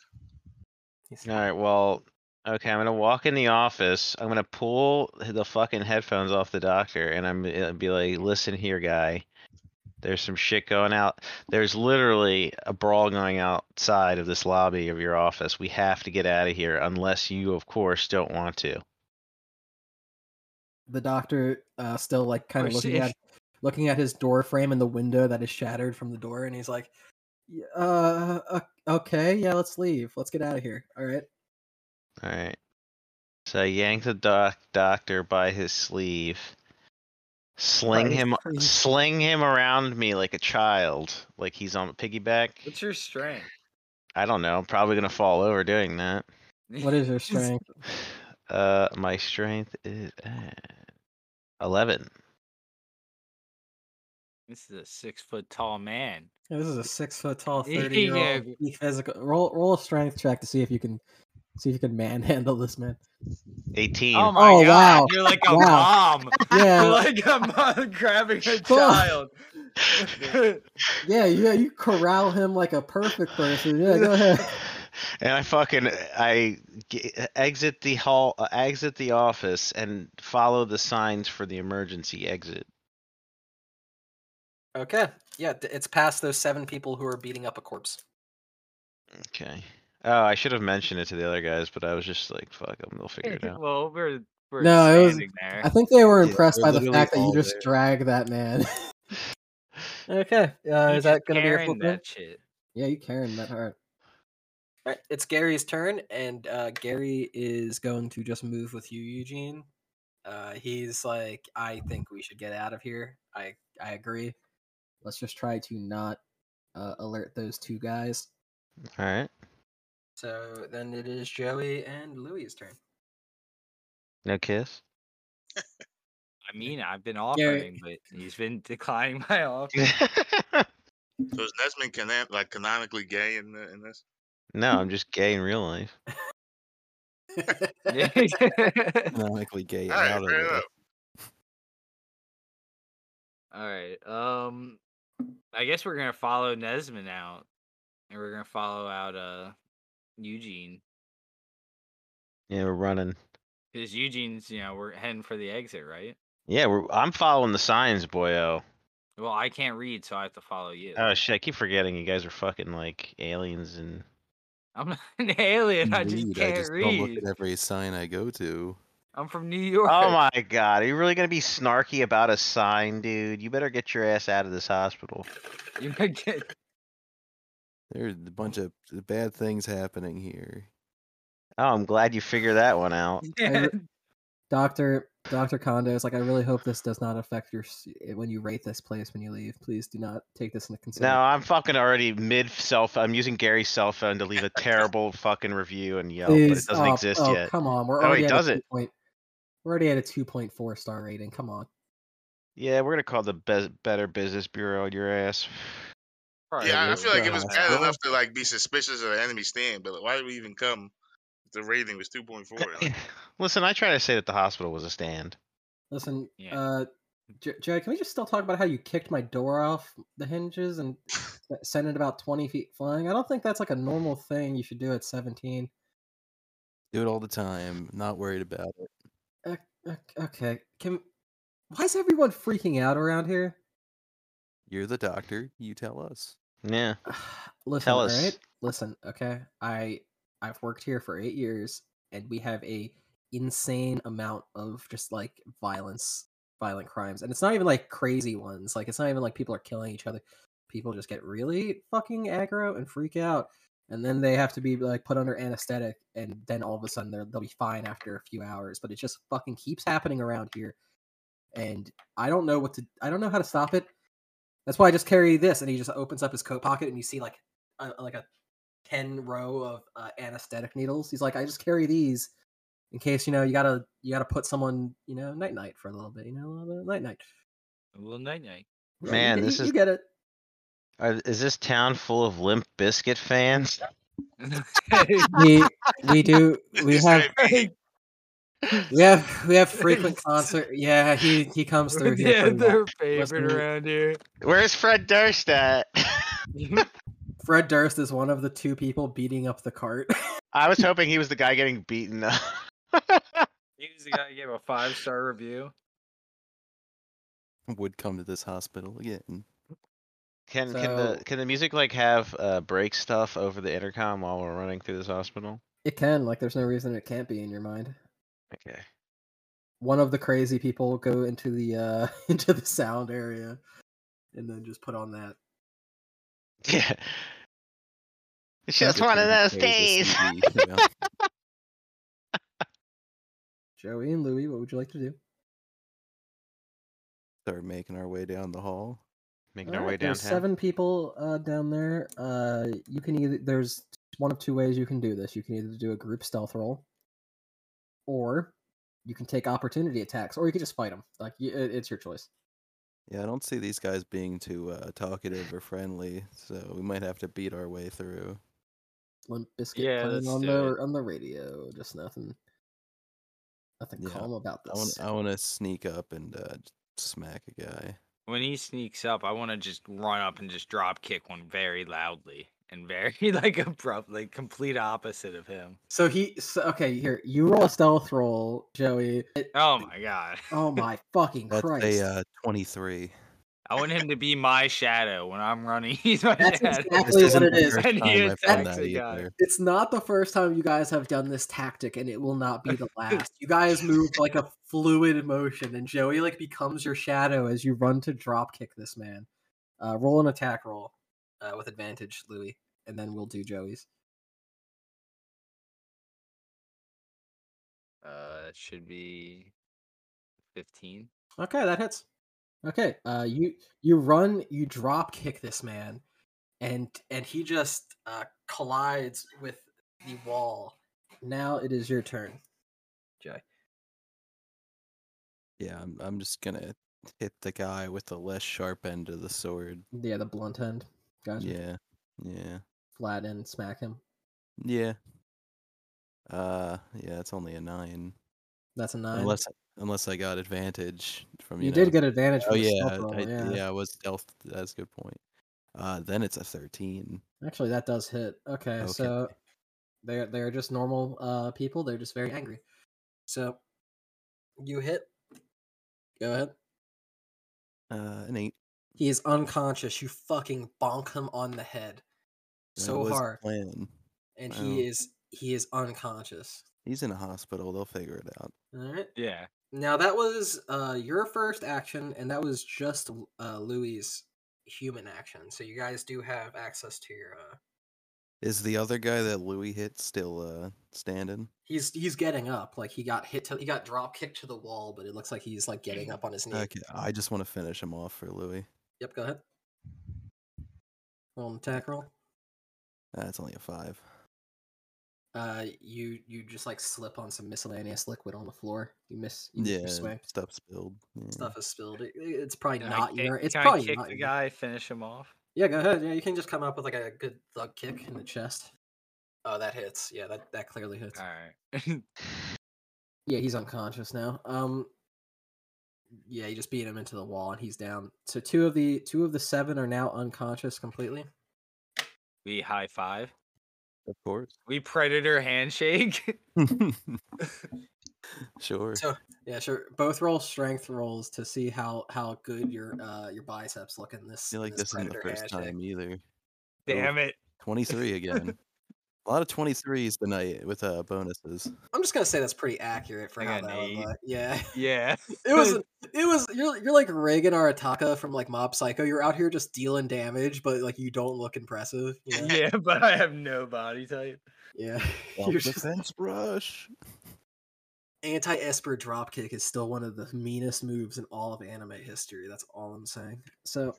B: He's-
D: All right. Well, okay. I'm gonna walk in the office. I'm gonna pull the fucking headphones off the doctor, and I'm gonna be like, "Listen here, guy. There's some shit going out. There's literally a brawl going outside of this lobby of your office. We have to get out of here, unless you, of course, don't want to."
B: The doctor uh, still like kind
E: Oh,
B: of looking
E: shit.
B: at looking at his door frame and the window that is shattered from the door, and he's like, "Yeah, uh, o- okay, yeah, let's leave. Let's get out of here. All right."
D: All right. So I yank the doc- doctor by his sleeve, sling
B: his
D: him,
B: sleeve.
D: sling him around me like a child, like he's on a piggyback.
E: What's your strength?
D: I don't know. I'm probably gonna fall over doing that.
B: What is your strength?
D: Uh, my strength is uh, eleven.
E: This is a six foot tall man.
B: Yeah, This is a six foot tall,
E: Yeah.
B: thirty year old physical. Roll roll a strength check to see if you can see if you can manhandle this man.
D: Eighteen.
E: Oh my
B: Oh,
E: god!
B: wow.
E: You're like a
B: Wow.
E: mom. You're
B: Yeah,
E: like a mom grabbing a
B: Fuck.
E: child.
B: yeah, yeah. You corral him like a perfect person. Yeah, go ahead.
D: and I fucking I g- exit the hall, uh, exit the office, and follow the signs for the emergency exit.
B: Okay, yeah, d- it's past those seven people who are beating up a corpse.
D: Okay. Oh, I should have mentioned it to the other guys, but I was just like, "Fuck them, they'll figure it out."
E: well, we're, we're
B: No, it was-
E: standing there.
B: I think they were
A: Yeah,
B: impressed
A: they're
B: by the
A: literally
B: fact that you
A: all
B: just
A: there.
B: drag that man. okay, uh,
E: He's
B: is that
E: just
B: uh, gonna be your
E: carrying
B: full turn?
E: that shit?
B: Yeah, you carrying that hard. All right, it's Gary's turn, and uh, Gary is going to just move with you, Eugene. Uh, he's like, I think we should get out of here. I I agree. Let's just try to not uh, alert those two guys.
D: All right.
B: So then it is Joey and Louie's turn.
D: No kiss.
E: I mean, I've been offering, but he's been declining my offer.
C: So is Nesman canon- like canonically gay in the, in this?
D: no, I'm just gay in real life.
A: Canonically gay. and
C: All right,
A: out of
C: fair
A: it.
C: enough.
E: All right. Um, I guess we're gonna follow Nesman out, and we're gonna follow out uh Eugene
D: Yeah, we're running.
E: because Eugene's you know we're heading for the exit, right?
D: Yeah, we're, I'm following the signs, boyo.
E: Well, I can't read, so I have to follow you.
D: Oh shit, I keep forgetting you guys are fucking like aliens and
E: I'm not an alien. I just
A: Indeed,
E: can't
A: don't look
E: read.
A: at every sign I go to.
E: I'm from New York.
D: Oh my god, are you really gonna be snarky about a sign, dude? You better get your ass out of this hospital.
E: You might get-
A: There's a bunch of bad things happening here.
D: Oh, I'm glad you figured that one out.
E: Yeah.
B: Doctor Doctor Condo is like, I really hope this does not affect your s- when you rate this place when you leave. Please do not take this into
D: No,
B: consideration.
D: I'm fucking already mid cell. ph- I'm using Gary's cell phone to leave a terrible fucking review and yell, but
B: Please,
D: it doesn't
B: oh,
D: exist
B: oh,
D: yet.
B: Come on, we're
D: No, it
B: already at
D: doesn't.
B: a two point. We're already at a two point four star rating. Come on.
D: Yeah, we're gonna call the Bez Better Business Bureau on your ass.
E: Probably
C: Yeah, I- I
E: is.
C: feel like it was
D: God.
C: bad enough to like be suspicious of the enemy stand, but like, why did we even come? if The rating was two point
D: Oh,
C: four. Like,
D: Listen, I try to say that the hospital was a stand.
B: Listen,
E: Yeah.
B: uh, J- Jared, can we just still talk about how you kicked my door off the hinges and s- sent it about twenty feet flying? I don't think that's like a normal thing you should do at seventeen.
A: Do it all the time. Not worried about it.
B: Ok- ok- Okay, can why is everyone freaking out around here?
A: You're the doctor. You tell us.
D: Yeah.
B: Listen,
D: Tell
B: all
D: us.
B: right? Listen, okay. I I've worked here for 8 years and we have a insane amount of just like violence, violent crimes. And it's not even like crazy ones. Like it's not even like people are killing each other. People just get really fucking aggro and freak out and then they have to be like put under anesthetic and then all of a sudden they're- they'll be fine after a few hours, but it just fucking keeps happening around here. And I don't know what to I don't know how to stop it. That's why I just carry this, and he just opens up his coat pocket, and you see like a, like a ten row of uh, anesthetic needles. He's like, I just carry these in case you know you gotta you gotta put someone you know night night for a little bit, you know, a little bit of night night.
E: Well, night night.
B: Yeah, you
D: Man,
B: get- you,
D: this is-
B: you get it.
D: Are, is this town full of Limp Biscuit fans?
B: We we do we
C: Just
B: have
C: straight beat.
B: we have we have frequent concert. Yeah, he he comes through here.
E: yeah,
B: pretty much.
E: they're favorite
B: Listen-
E: around here.
D: Where's Fred Durst at?
B: Fred Durst is one of the two people beating up the cart.
D: I was hoping he was the guy getting beaten up.
E: He was the guy who gave a five star review.
A: Would come to this hospital again.
D: Can can the
B: So-
D: can the music like have uh break stuff over the intercom while we're running through this hospital?
B: it can like there's no reason it can't be in your mind.
D: Okay.
B: one of the crazy people go into the uh into the sound area and then just put on that
D: Yeah. It's
A: Sounds
D: just
A: like
D: one of
A: someone
D: those
A: carries
D: days.
A: a CD, you know?
B: joey and louie what would you like to do
A: Start making our way down the hall.
D: Making our
B: Alright,
D: way downtown.
B: there's seven people uh down there uh you can either there's one of two ways you can do this you can either do a group stealth roll or you can take opportunity attacks or you can just fight them like y- it- it's your choice
A: Yeah, I don't see these guys being too uh, talkative or friendly, so we might have to beat our way through.
B: limp biscuit
E: Yeah,
B: playing
E: let's
B: on
E: do
B: the
E: it.
B: on the radio just nothing nothing
A: Yeah,
B: calm about
A: I want
B: this
A: I want to sneak up and uh, j- smack a guy.
E: When he sneaks up, I want to just run up and just drop kick one very loudly and very like abruptly, complete opposite of him.
B: so he so, okay here you roll a stealth roll joey It-
E: Oh my god!
B: Oh my fucking
A: That's
B: Christ.
A: a uh, twenty-three.
E: I want him to be my shadow when I'm running. He's my
B: That's
E: shadow.
A: This
B: exactly what
A: isn't
B: it
A: the
B: is.
A: first
E: And he
A: time I've done
E: attacks
A: that
E: a guy.
A: either.
B: It's not the first time you guys have done this tactic, and it will not be the last. You guys move like a fluid motion, and Joey like becomes your shadow as you run to drop kick this man. Uh, roll an attack roll uh, with advantage, Louis. and then we'll do Joey's.
E: Uh, that should be fifteen.
B: Okay, that hits. Okay, uh, you you run, you drop kick this man, and and he just uh, collides with the wall. Now it is your turn, Joey.
A: Yeah, I'm, I'm just gonna hit the guy with the less sharp end of the sword.
B: Yeah, the blunt end. Gotcha.
A: Yeah, yeah,
B: Flat end, smack him.
A: yeah. Uh, yeah, it's only a nine,
B: That's a nine.
A: unless unless I got advantage from
B: you,
A: you.
B: did
A: know-
B: get advantage.
A: Oh
B: from the
A: yeah,
B: stealth roll,
A: I,
B: yeah.
A: yeah, I was stealth. That's a good point. Uh, then it's a thirteen.
B: Actually, that does hit. Okay,
A: Okay.
B: so they're they're just normal uh people. They're just very angry. So you hit. Go ahead.
A: Uh, an eight.
B: He is unconscious. You fucking bonk him on the head
A: That
B: so
A: was the
B: hard,
A: Plan.
B: and
A: wow.
B: he is he is unconscious.
A: He's in a hospital. They'll figure it out.
B: All right.
E: Yeah.
B: Now that was uh your first action, and that was just uh Louis' human action. So you guys do have access to your. uh
A: Is the other guy that Louis hit still uh standing?
B: He's he's getting up. Like he got hit to he got drop kicked to the wall, but it looks like he's like getting up on his knee.
A: Okay, I just want to finish him off for Louis.
B: Yep, go ahead. Roll an attack roll.
A: That's only a five.
B: Uh, you you just like slip on some miscellaneous liquid on the floor. You miss. You miss
A: Yeah,
B: your swing.
A: stuff spilled. Yeah.
B: Stuff is spilled. It, it- it's probably
E: Mm. Can I
B: not
E: kick-
B: your. It's
E: can I
B: probably
E: kick
B: not
E: the
B: your-
E: guy, finish him off.
B: Yeah, go ahead. Yeah, you can just come up with like a good thug kick in the chest. Oh, that hits. Yeah, that that clearly hits.
E: Mm-hmm. All right.
B: Yeah, he's unconscious now. Um, yeah, you just beat him into the wall and he's down. So two of the two of the seven are now unconscious completely.
E: we high five.
A: Of course.
E: We predator handshake.
A: sure.
B: So- Yeah, sure. Both roll strength rolls to see how how good your uh your biceps look in this.
A: I feel like this isn't the
B: predator
A: first
B: handshake.
A: time either.
E: Damn it.
A: 23 again. a lot of 23s tonight with uh, bonuses.
B: I'm just gonna say that's pretty accurate for
E: I
B: how
E: got
B: that
E: an
B: one
E: eight.
B: looked. Yeah,
E: Yeah.
B: it was it was you're you're like Reagan Arataka from like Mob Psycho. You're out here just dealing damage, but like you don't look impressive. You know?
E: yeah, but I have no body type.
B: Yeah,
A: Well,
B: you're just,
A: defense brush.
B: anti Esper dropkick is still one of the meanest moves in all of anime history. That's all I'm saying. So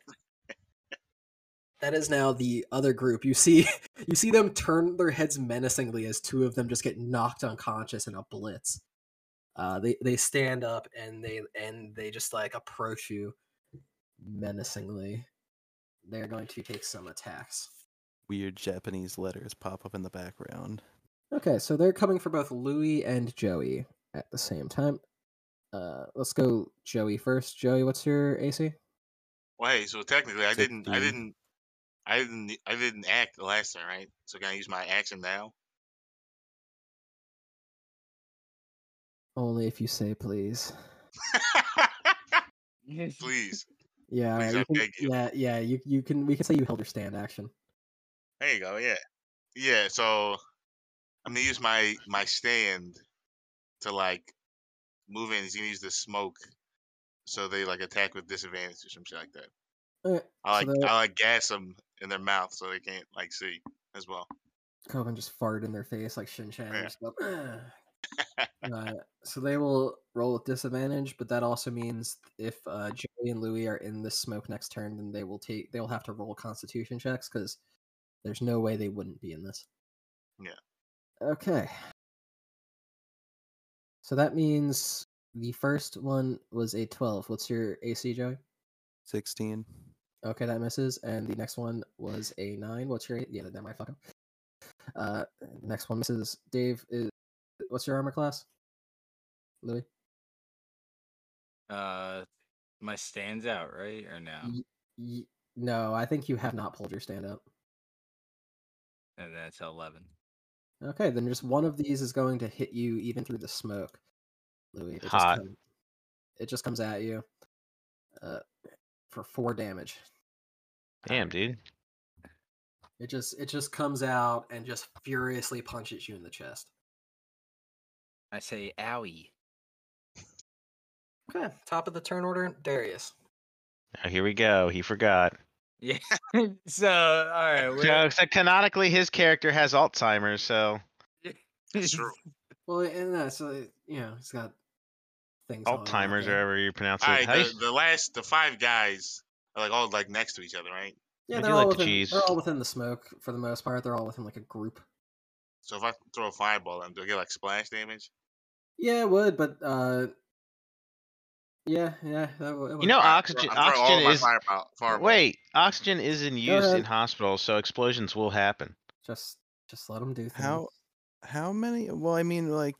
B: that is now the other group. You see, you see them turn their heads menacingly as two of them just get knocked unconscious in a blitz. Uh, they they stand up and they and they just like approach you menacingly. They're going to take some attacks.
A: Weird Japanese letters pop up in the background.
B: Okay, so they're coming for both Louis and Joey at the same time. Uh, let's go Joey first. Joey, what's your AC?
C: Wait, so technically, I didn't, I
A: 16.
C: didn't, I didn't, I didn't act the last time, right? So can I use my action now?
B: Only if you say please.
C: Please,
B: Yeah, alright,
C: Please, I
B: you can,
C: beg you.
B: yeah, yeah. You you can we can say you held your stand action.
C: there you go. Yeah, yeah. So I'm gonna use my my stand to like move in. He's gonna use the smoke, so they like attack with disadvantage or some shit like that.
B: Uh,
C: I like
B: So they're-
C: I like gas them in their mouth so they can't like see as well.
B: Coven just farted in their face like Shin Chan.
C: Yeah.
B: Just go, uh, so they will roll with disadvantage, but that also means if uh, Joey and Louis are in this smoke next turn, then they will take they'll have to roll Constitution checks because there's no way they wouldn't be in this.
C: Yeah.
B: Okay. So that means the first one was a twelve. What's your AC, Joey?
A: 16.
B: Okay, that misses. And the next one was a nine. What's your yeah? That might fuck up. Uh, next one misses. Dave is what's your armor class? Louis.
E: Uh, my stands out, right? Or no?
B: Y- y- no, I think you have not pulled your stand up.
E: And that's 11.
B: Okay, then just one of these is going to hit you even through the smoke, Louis. It Just
D: Hot.
B: come- it just comes at you. Uh, for four damage.
D: Damn, dude.
B: It just it just comes out and just furiously punches you in the chest.
E: I say, owie.
B: Okay, top of the turn order, Darius.
D: Oh, here we go. He forgot.
E: Yeah. so all right.
D: So,
E: we're-
D: so canonically, his character has Alzheimer's. So
C: It's true.
B: Well, and uh, so it- you know, he's got things. all over the
D: Alzheimer's, or
B: place.
D: however you pronounce it.
C: All right,
D: How do you-
C: the, the last the five guys are like all like next to each other, right?
B: Yeah,
D: I do
B: they're all
D: like the
B: within,
D: cheese.
B: They're all within the smoke for the most part. They're all within like a group.
C: So if I throw a fireball at them, do I get like splash damage?
B: Yeah, it would, but uh, yeah, yeah, that would. it would-
D: know,
C: All right, I'm
D: oxygen-
C: throw- I'm throwing all
D: oxygen
C: my
D: is-
C: fireball- fireballs.
D: Wait, oxygen is in
B: Go
D: use
B: ahead.
D: in hospitals, so explosions will happen.
B: just just let them do things.
A: How how many well I mean like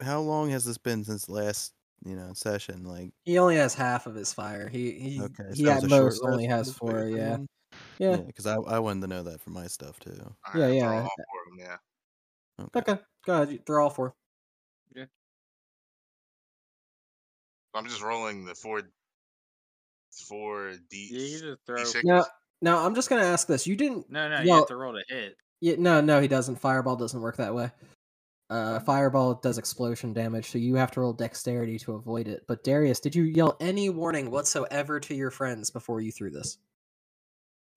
A: how long has this been since last, you know, session? Like
B: He only has half of his fire. He he,
A: okay. so
B: he
A: that
B: at
A: was a short
B: most only
A: rest,
B: has
A: is what you're
B: four. Yeah.
A: saying?
B: yeah,
A: Yeah, cuz I I wanted to know that for my stuff too.
C: All
B: Yeah,
C: I'm
B: yeah.
C: throwing all four of 'em, yeah.
B: Okay, go ahead. you- They're all four.
C: I'm just rolling the four, four
E: You
C: d.
E: can just throw.
C: six.
B: Now, now I'm just gonna ask this. You didn't?
E: No, no, you
B: Well-
E: have to roll to hit.
B: Yeah, no, no, he doesn't. Fireball doesn't work that way. Uh, fireball does explosion damage, so you have to roll dexterity to avoid it. But Darius, did you yell any warning whatsoever to your friends before you threw this?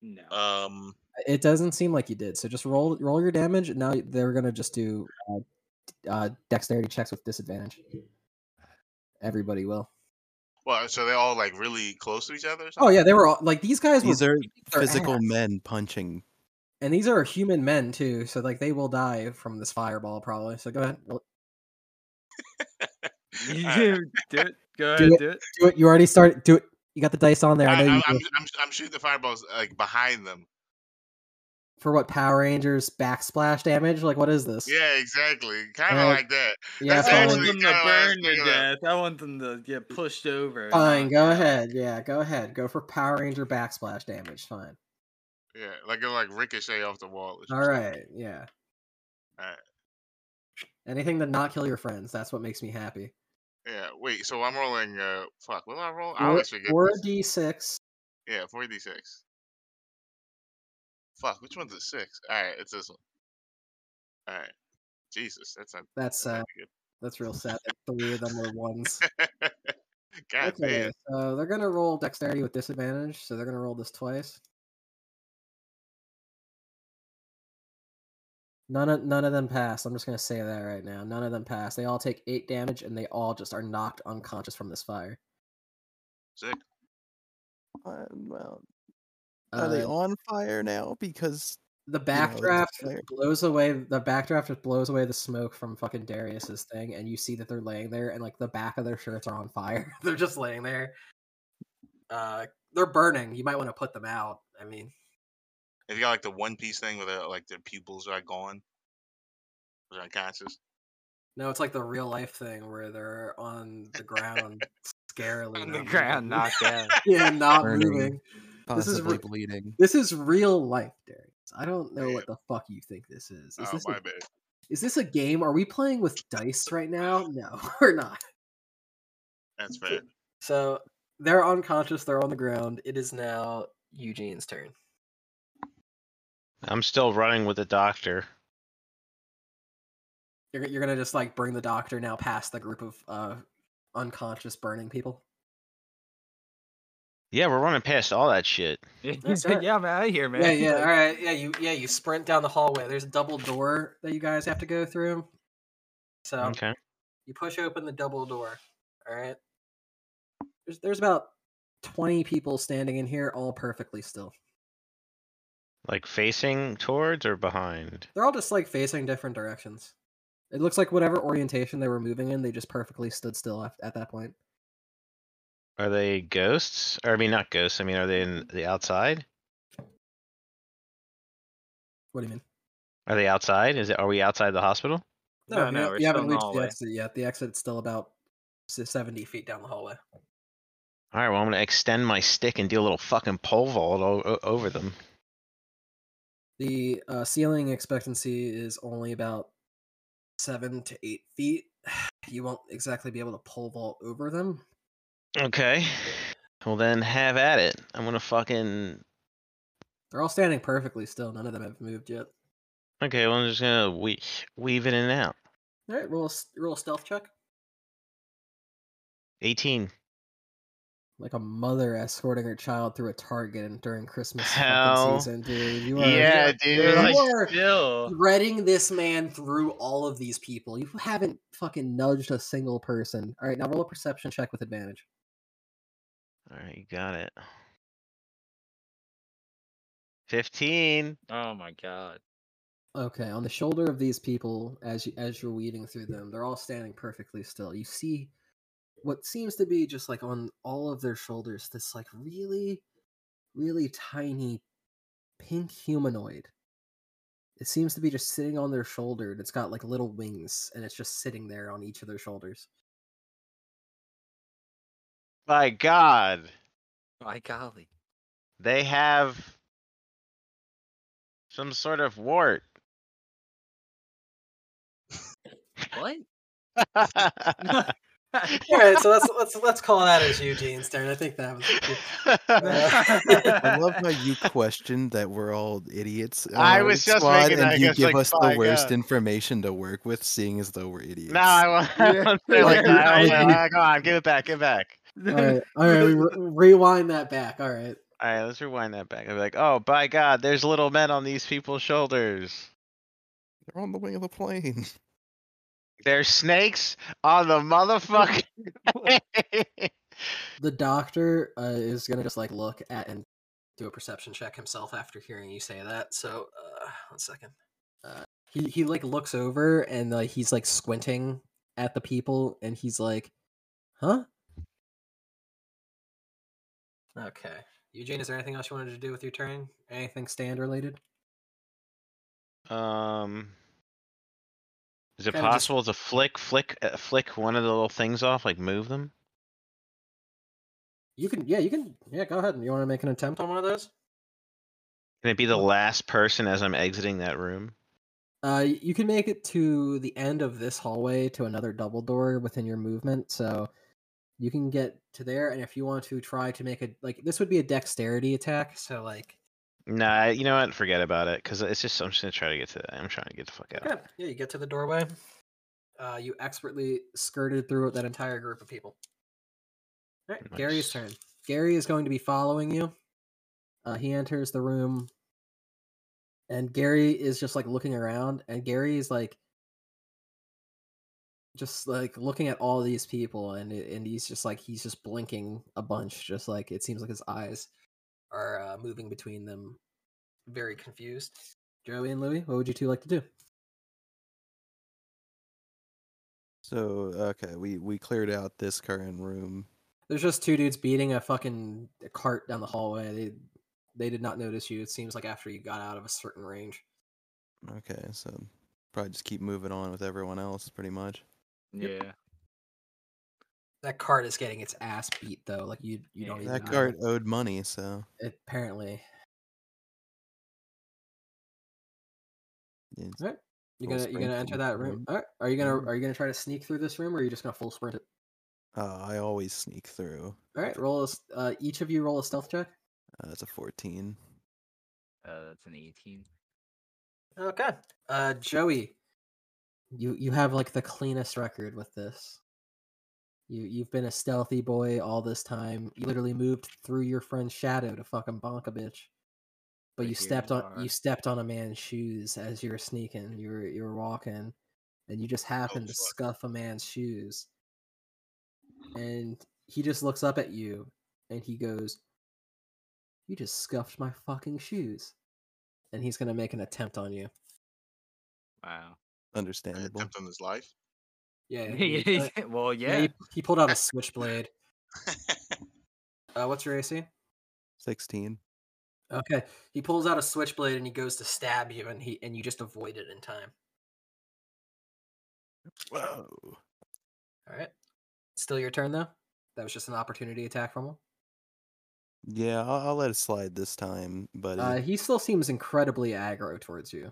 E: No.
C: Um,
B: It doesn't seem like you did. So just roll roll your damage. and Now they're gonna just do uh, d- uh, dexterity checks with disadvantage. Everybody will.
C: well, so they're all like really close to each other. Or
B: Oh
C: something?
B: yeah, they were all like these guys
A: These
B: were
A: are
B: beating their
A: physical
B: ass.
A: men punching.
B: and these are human men too. So like they will die from this fireball probably. So go ahead, roll-
E: You
C: All right.
E: do it. Go
B: Do
E: ahead, do it.
B: do it. You already started. Do it. You got the dice on there. I
C: I,
B: know
C: am
B: you. do.
C: I'm, I'm, I'm shooting the fireballs like behind them.
B: for what Power Rangers backsplash damage? Like, what is this?
C: Yeah, exactly. Kind of
B: Alright.
C: like that.
B: Yeah,
C: That's
E: I
B: fine.
E: want
C: actually
E: them to
C: kinda what I was
E: burn to
C: thinking of.
E: death. I want them to get pushed over.
B: fine.
E: knocked
B: Go
E: out.
B: ahead. Yeah, go ahead. Go for Power Ranger backsplash damage. Fine.
C: Yeah, like it'll like ricochet off the wall. or
B: All
C: something.
B: right. Yeah.
C: Alright.
B: Anything to not kill your friends. That's what makes me happy.
C: Yeah. Wait. So I'm rolling. Uh, fuck. What do I roll? I
B: Or
C: always forget.
B: or a
C: this.
B: d6.
C: Yeah, four d six. Fuck. Which one's a six? All right, it's this one. All right. Jesus, that's not.
B: That's uh,
C: That's
B: that's real sad. That three of them were ones.
C: not good. God
B: Okay,
C: damn.
B: so they're gonna roll dexterity with disadvantage. So they're gonna roll this twice. None of none of them pass. I'm just gonna say that right now. None of them pass. They all take eight damage, and they all just are knocked unconscious from this fire.
C: Sick.
A: Uh, well, are
B: Uh,
A: they on fire now because
B: the
A: know, it's
B: backdraft
A: fire.
B: blows away. The backdraft just blows away the smoke from fucking Darius's thing, and you see that they're laying there, and like the back of their shirts are on fire. they're just laying there. Uh, they're burning. You might want to put them out. I mean,
C: If you got like the one piece thing where their like their pupils are gone, they're unconscious.
B: No, it's like the real life thing where they're on the ground scarily. not
E: On the
B: moving.
E: ground, knocked out.
B: yeah, not
A: Burning.
B: moving. This is
A: possibly
B: re-
A: bleeding?
B: This is real life, Darius. I don't know
C: Damn.
B: what the fuck you think this is. Is,
C: oh
B: this
C: my
B: a,
C: bad.
B: is this a game? Are we playing with dice right now? No, we're not.
C: That's fair.
B: So they're unconscious. They're on the ground. It is now Eugene's turn.
D: I'm still running with the doctor.
B: You're, you're gonna just like bring the doctor now past the group of uh, unconscious burning people.
D: Yeah, we're running past all that shit.
E: Yeah,
B: That's
E: he's like,
B: right.
E: yeah, I'm out of here, man.
B: Yeah, yeah, all
E: Like,
B: right, yeah. You, yeah, you sprint down the hallway. There's a double door that you guys have to go through. So
D: Okay.
B: you push open the double door. All right. There's there's about twenty people standing in here, all perfectly still.
D: Like facing towards or behind?
B: They're all just like facing different directions. It looks like whatever orientation they were moving in, they just perfectly stood still at, at that point.
D: Are they ghosts? Or I mean not ghosts, I mean are they in the outside?
B: What do you mean?
D: Are they outside? Is it are we outside the hospital?
E: No, no,
B: you,
E: we're
B: you
E: still
B: haven't
E: in the
B: reached the
E: hallway.
B: exit yet. The exit's still about s- seventy feet down the hallway.
D: Alright, well I'm gonna extend my stick and do a little fucking pole vault o- o- over them.
B: The uh, ceiling expectancy is only about seven to eight feet. You won't exactly be able to pole vault over them.
D: Okay. Well then have at it. I'm gonna fucking
B: They're all standing perfectly still. None of them have moved yet.
D: Okay, well I'm just gonna we- weave in and out.
B: All right, roll a s- roll a stealth check.
D: Eighteen.
B: like a mother escorting her child through a Target and during Christmas fucking
D: Hell
B: season, dude. You are, you
D: Yeah,
B: are-
D: dude.
B: you
D: like,
B: are
E: Still,
B: threading this man through all of these people. You haven't fucking nudged a single person. All right, now roll a perception check with advantage.
D: all right, you got it. Fifteen.
E: oh my god.
B: Okay, on the shoulder of these people, as you, as you're weeding through them, they're all standing perfectly still. You see what seems to be just like on all of their shoulders this like really, really tiny pink humanoid. It seems to be just sitting on their shoulder, and it's got like little wings, and it's just sitting there on each of their shoulders.
D: My God,
E: My golly.
D: they have some sort of wart.
E: What?
B: All right, so let's let's let's call that as Eugene's turn. I think that was.
A: I love how you questioned that we're all idiots. on
D: I
A: our
D: was just
A: squad,
D: making that
A: and you
D: guess,
A: give
D: like,
A: us the
D: fuck,
A: worst
D: yeah.
A: information to work with, seeing as though we're idiots.
D: No, I won't, I
E: Yeah.
D: won't say like
A: Like,
D: that. I
A: you-
D: was
A: like,
D: like, "Ah, come on, give it back, give it back.
B: all right, all right, we re- rewind that back. All right.
D: All right, let's rewind that back. I'd be like, oh, by God, there's little men on these people's shoulders.
A: They're on the wing of the plane.
D: There's snakes on the motherfucking.
B: the doctor uh, is gonna just like look at and do a perception check himself after hearing you say that. So, uh, one second. Uh, he he like looks over and like he's like squinting at the people, and he's like, "Huh." Okay, Eugene. Is there anything else you wanted to do with your turn? Anything stand related?
D: um, is it
B: Kinda just-
D: possible to flick, flick, uh, flick one of the little things off, like move them?
B: You can, yeah, you can, yeah. Go ahead. You want to make an attempt on one of those?
D: Can it be the last person as I'm exiting that room?
B: Uh, y- you can make it to the end of this hallway to another double door within your movement, so you can get to there. And if you want to try to make a like, this would be a dexterity attack. So like,
D: Nah, you know what? Forget about it, cause it's just I'm just gonna try to get to that. I'm trying to get the fuck out.
B: yeah, yeah, you get to the doorway. Uh, you expertly skirted through that entire group of people. All right, Gary's turn.
D: Nice.
B: Gary is going to be following you. Uh, he enters the room, and Gary is just like looking around, and Gary is like, just like looking at all these people, and it- and he's just like he's just blinking a bunch, just like it seems like his eyes are uh, moving between them, very confused. Joey and Louie, what would you two like to do?
A: So okay, we we cleared out this current room.
B: There's just two dudes beating a fucking cart down the hallway. They they did not notice you. It seems like after you got out of a certain range.
A: Okay, so probably just keep moving on with everyone else, pretty much.
E: yeah.
B: That cart is getting its ass beat though. Like you you don't
E: Yeah,
B: even
A: That
B: know.
A: card owed money, so
B: apparently.
A: it's-
B: Alright.
A: Full
B: You gonna you
A: sprint
B: gonna enter
A: through
B: that
A: the
B: room?
A: room.
B: Alright. Are you gonna
A: Mhm.
B: are you gonna try to sneak through this room or are you just gonna full sprint it?
A: uh, I always sneak through.
B: Alright, roll a, s- uh, each of you roll a stealth check.
A: Uh, that's a fourteen.
E: Uh, that's an 18.
B: Okay. Uh Joey. You you have like the cleanest record with this. You you've been a stealthy boy all this time. You literally moved through your friend's shadow to fucking bonk a bitch. But
E: Right
B: you
E: here
B: stepped
E: in
B: on
E: the
B: you
E: dark.
B: stepped on a man's shoes as you were sneaking. You were you were walking and you just happened to
C: fuck.
B: scuff a man's shoes. And he just looks up at you and he goes, "You just scuffed my fucking shoes." And he's going to make an attempt on you.
E: Wow.
C: An
A: Understandable.
C: attempt on his life.
B: Yeah. he- uh,
E: well,
B: Yeah,
E: yeah.
B: he, he pulled out a switchblade. Uh, what's your AC?
A: Sixteen.
B: Okay, he pulls out a switchblade and he goes to stab you, and he and you just avoid it in time.
A: Whoa.
B: All right, still your turn though. That was just an opportunity attack from him.
A: Yeah, I'll, I'll let it slide this time, but
B: Uh, he still seems incredibly aggro towards you.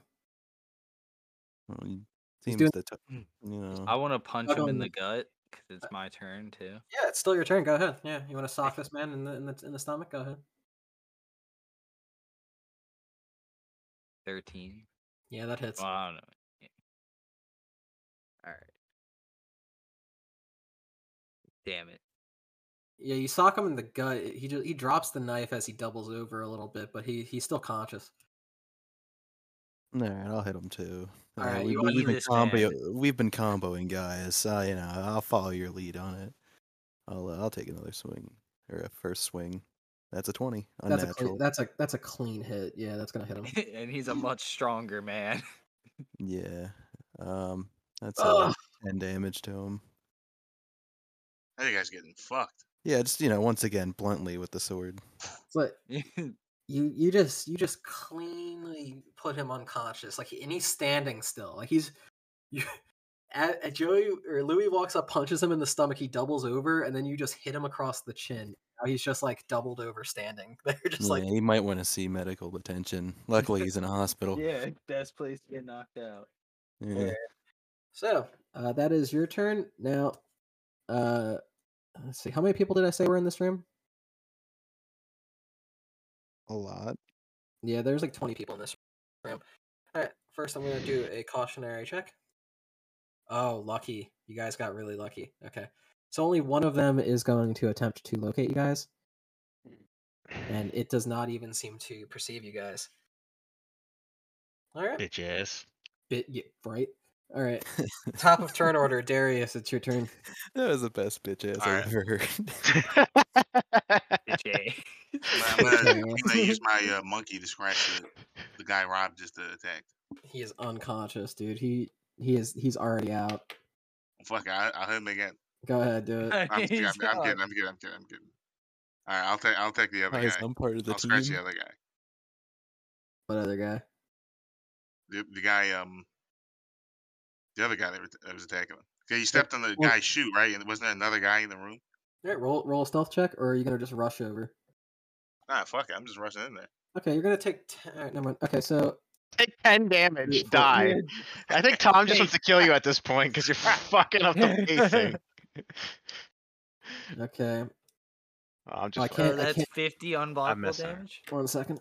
A: seems
B: doing- Mm,
A: the t- you know.
E: I want to punch him in
B: on-
E: the gut because it's my turn too.
B: Yeah, it's still your turn. Go ahead. Yeah, you want to sock this man in the in the, in the stomach? Go ahead.
E: 13.
B: Yeah, that hits.
E: Well, I don't know. All right. Damn it.
B: Yeah, you sock him in the gut. He just, he drops the knife as he doubles over a little bit, but he he's still conscious.
A: All right, I'll hit him too.
B: All
A: Uh,
B: right,
A: we've,
B: you
A: we've
E: lead
A: been
E: this
A: combo,
E: man.
A: we've been comboing, guys. Uh, you know, I'll follow your lead on it. I'll uh, I'll take another swing or a first swing. That's a twenty.
B: That's
A: Unnatural.
B: a clean, that's a that's a clean hit. Yeah, that's gonna hit him.
E: and he's a much stronger man.
A: yeah. Um, that's uh,
B: Ugh.
A: ten damage to him.
C: That guy's getting fucked.
A: Yeah, just you know, once again, bluntly with the sword.
B: It's like you you just you just cleanly put him unconscious, like and he's standing still, like he's you. At, at Joey or Louis walks up, punches him in the stomach. He doubles over, and then you just hit him across the chin. Now he's just like doubled over, standing. They're just
A: yeah,
B: like
A: he might want to see medical attention. Luckily, he's in a
B: Oh.
A: hospital.
E: yeah, best place to get knocked out.
A: Yeah.
B: So uh, that is your turn now. Uh, let's see. How many people did I say were in this room?
A: A lot.
B: Yeah, there's like 20 people in this room. All right. First, I'm gonna do a cautionary check. Oh, lucky! You guys got really lucky. Okay, so only one of them is going to attempt to locate you guys, and it does not even seem to perceive you guys. All right,
D: Bitch ass.
B: bit yeah, right. All right, top of turn order, Darius. It's your turn.
A: That was the best bitch ass
C: All right.
A: I've ever heard.
E: Jay.
C: I'm gonna, I'm gonna-
B: Okay.
C: I'm gonna use my uh, monkey to scratch the, the guy Rob just uh, attacked.
B: He is unconscious, dude. He he is he's already out.
C: Fuck, it, I, I'll hit him again.
B: Go ahead, do it.
C: I'm,
E: He's
C: kidding, I'm, I'm
E: gone.
C: kidding. I'm kidding. I'm kidding. I'm kidding. All right, I'll take. I'll take the other
A: Guys,
C: guy.
A: I'm part of the
C: I'll scratch
A: team.
C: the other guy.
B: What other guy?
C: The, the guy. Um. The other guy that was, that was attacking him. Okay, you stepped on the
B: well-
C: guy's shoe, right? And wasn't there another guy in the room?
B: All right, roll roll a stealth check, or are you gonna just rush over?
C: Ah, fuck it. I'm just rushing in there.
B: Okay, you're gonna take. Ten, all right, never mind. Okay, so
D: Take ten damage.
B: Beautiful.
D: Die. I think Tom just
E: Hey.
D: wants to kill you at this point because you're fucking up the pacing.
B: okay,
D: I'm
B: I
D: just.
E: So
B: can't- I
E: "Oh, that's
B: can't-
E: 50 unblockable
D: missing.
E: damage.
B: one second.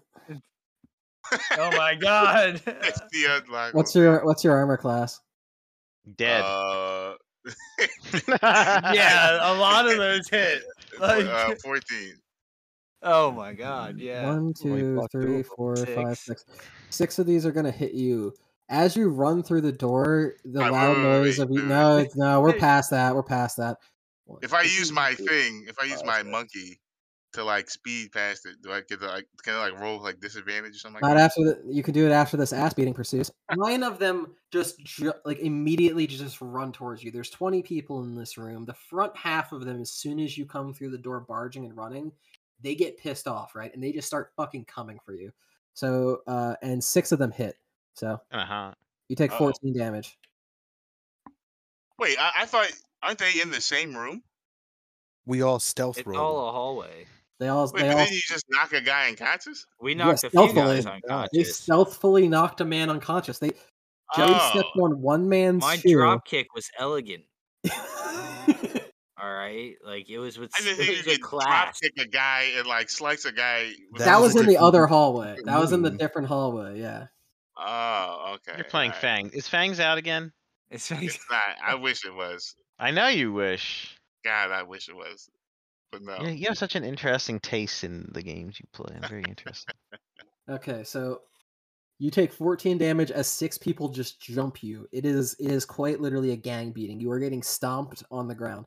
E: Oh my god.
C: That's the unlock.
B: What's your what's your armor class?
D: Dead.
C: Uh,
D: Uh,
E: yeah, a lot of those hit.
C: fo-
E: Like-
C: uh, fourteen.
E: Oh my god, yeah.
B: One,
A: Only
B: two,
A: fucked
B: three,
A: over
B: four, five,
E: six.
B: six. Six of these are gonna hit you. As you run through the door, the
C: Alright, wait,
B: loud
C: wait, wait,
B: noise
C: wait,
B: of you.
C: wait,
B: No,
C: wait.
B: no, we're past that. We're past that.
C: If I use my thing, if I use
A: five,
D: Oh,
C: my
A: six.
C: monkey to like speed past it, do I get the like can I like roll like disadvantage or something like
B: Not
C: that?
B: after the, you can do it after this ass beating pursues. Nine of them just ju- like immediately just run towards you. There's 20 people in this room. The front half of them, as soon as you come through the door, barging and running, they get pissed off, right? And they just start fucking coming for you. So, uh, and six of them hit. So
D: Uh huh.
B: you take
C: Uh-oh.
B: 14 damage.
C: Wait, I, I thought aren't they in the same room?
A: We all stealth
E: It's all
A: roll.
E: a hallway.
B: They all,
C: Wait,
B: they
C: but
B: all,
C: then you just knock a guy unconscious?
E: We
B: Yeah,
E: knocked a few
B: stealthily.
E: guys
B: they
E: unconscious.
B: stealthfully knocked a man unconscious. They, Joey stepped
C: Oh,
B: on one man's
E: My
B: shoe.
E: drop kick was elegant. All right, like it was with
C: I didn't think
E: it
C: you
E: was a
C: could drop
E: class.
C: kick a guy and like slice a guy. with
A: That
B: that,
C: a
B: was
A: was a
B: in the
A: different-
B: other hallway.
A: different
B: That was in the
A: room.
B: different hallway. Yeah.
C: Oh, okay.
D: You're playing
C: alright.
D: Fang. Is Fang's out again?
E: It's like,
C: It's not. I wish it was.
D: I know you wish.
C: God, I wish it was. But no.
D: You, you have such an interesting taste in the games you play. I'm very interested.
B: Okay, so you take 14 damage as six people just jump you. It is it is quite literally a gang beating. You are getting stomped on the ground.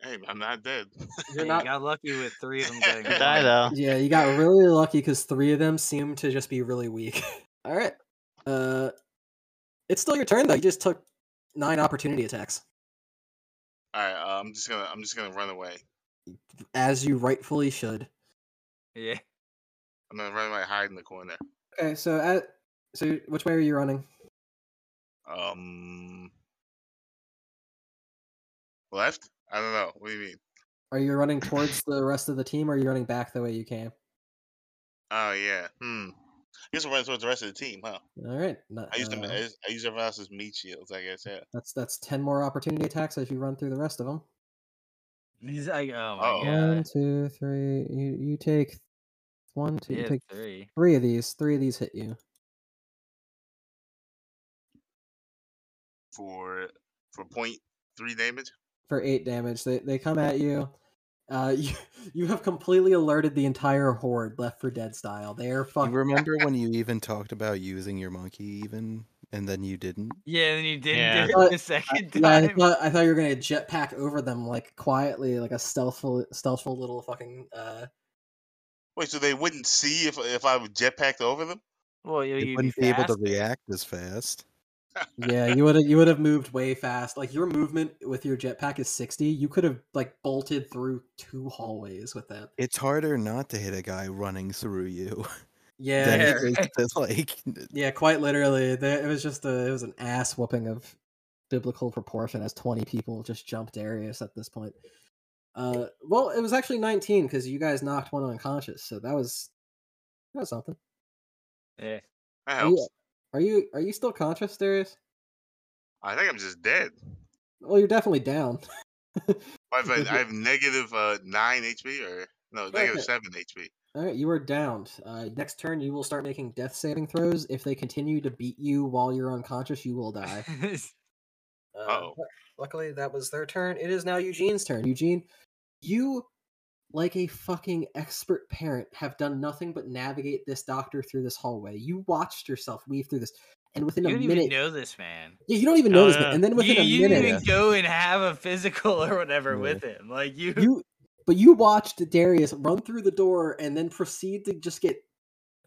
C: Hey, I'm not dead.
E: you
B: You're not.
E: got lucky with three of them getting
C: You
D: Die
E: blocked.
D: though.
B: Yeah, you got really lucky because three of them seem to just be really weak. All right. Uh, it's still your turn though. You just took nine opportunity attacks.
C: All right, uh, I'm just gonna I'm just gonna run away.
B: As you rightfully should.
E: Yeah,
C: I'm gonna run away, hide in the corner.
B: Okay, so at, so which way are you running?
C: Um, left? I don't know. What do you mean?
B: Are you running towards the rest of the team or are you running back the way you came?
C: Oh yeah. Hmm. I guess we're running towards the rest of the team, huh?
B: All right. no-
C: I used to
B: uh,
C: I used, I used everyone else's meat shields. I guess yeah.
B: That's that's ten more opportunity attacks as you run through the rest of them.
E: he's like, oh my
C: Uh-oh.
B: One,
E: god,
B: two, three. You you take one, two.
E: yeah,
B: You take
E: three.
B: three of these. Three of these hit you.
C: For for point three damage.
B: for eight damage. They they come at you, Uh, you, you have completely alerted the entire horde, Left for Dead style. They are
A: You
B: fucking.
A: remember when you even talked about using your monkey, even, and then you didn't?
E: Yeah, and you didn't
D: Yeah.
E: do
B: Uh,
E: it the second
B: yeah, I
E: time.
B: thought, I thought you were gonna jetpack over them like quietly, like a stealthful, stealthful little fucking. Uh,
C: Wait, so they wouldn't see if if I would jetpacked over them?
E: well, you,
A: You
E: you'd be,
A: wouldn't be able to
E: fast.
A: react as fast.
B: yeah, you would have you would have moved way fast. Like your movement with your jetpack is sixty. You could have like bolted through two hallways with that.
A: It's harder not to hit a guy running through you
B: Yeah,
A: than
E: Yeah.
A: it is to, like. n-
B: Yeah, quite literally. There, it was just a it was an ass whooping of biblical proportion as twenty people just jumped Darius at this point. Uh, well, it was actually nineteen because you guys knocked one unconscious, so that was that was something.
E: Yeah.
C: That
B: Are you,
C: helps.
B: are you are you still conscious, Darius?
C: I think I'm just dead.
B: Well, you're definitely down.
C: I have, a, I have negative uh, nine HP or no negative
B: Okay.
C: seven HP.
B: All right, you are downed. Uh, next turn, you will start making death saving throws. If they continue to beat you while you're unconscious, you will die. Uh,
E: Oh.
C: Uh-oh.
B: but Luckily, that was their turn. It is now Eugene's turn. Eugene, you, like a fucking expert parent, have done nothing but navigate this doctor through this hallway. You watched yourself weave through this, and within
E: you
B: a
E: didn't even
B: minute,
E: know this man.
B: yeah, you don't even know
D: Oh,
B: this,
D: yeah.
B: man. and then
E: You,
B: within a
E: you
B: minute,
E: didn't even go and have a physical or whatever
A: Yeah.
E: with him. Like you,
B: you but you watched Darius run through the door and then proceed to just get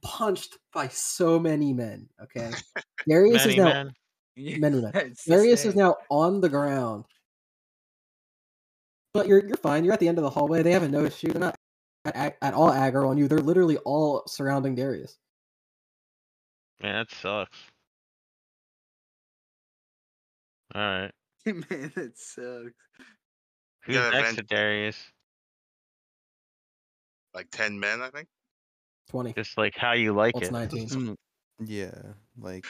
B: punched by so many men. Okay, Darius
D: Many
B: is now
D: men.
E: you-
B: many men.
E: it's the
B: Darius is
E: same.
B: now on the ground. But you're you're fine. You're at the end of the hallway. They haven't noticed you. They're not at, at all aggro on you. They're literally all surrounding Darius.
D: Man, that sucks. All right.
E: Man, that sucks.
D: Who's
C: gotta
D: next
C: vent.
D: to Darius?
C: Like ten men, I think.
B: Twenty.
D: Just like how you like
B: Well, it's
D: it.
B: nineteen.
A: Mm, Yeah, like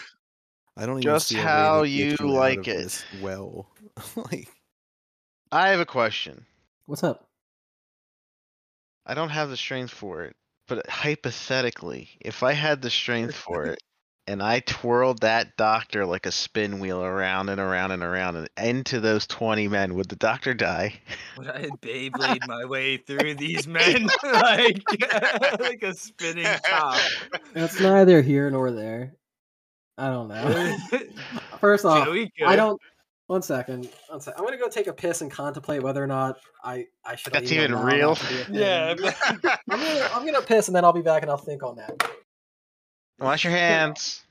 A: I don't even
D: Just
A: see a way to
D: how
A: get
D: you
A: out
D: like
A: of
D: it.
A: this Well, like
D: I have a question.
B: What's up?
D: I don't have the strength for it, but hypothetically, if I had the strength for it and I twirled that doctor like a spin wheel around and around and around and into those 20 men, would the doctor die?
E: Would I Beyblade my way through these men like like a spinning top?
B: That's neither here nor there. I don't know. First off,
E: Joey
B: I
E: could.
B: don't. One second. One sec. I'm gonna go take a piss and contemplate whether or not I I should.
D: That's
B: even
D: even
B: allow that
D: real?
B: to be a thing.
E: Yeah,
B: I'm gonna, I'm gonna piss and then I'll be back and I'll think on that.
D: Wash your hands.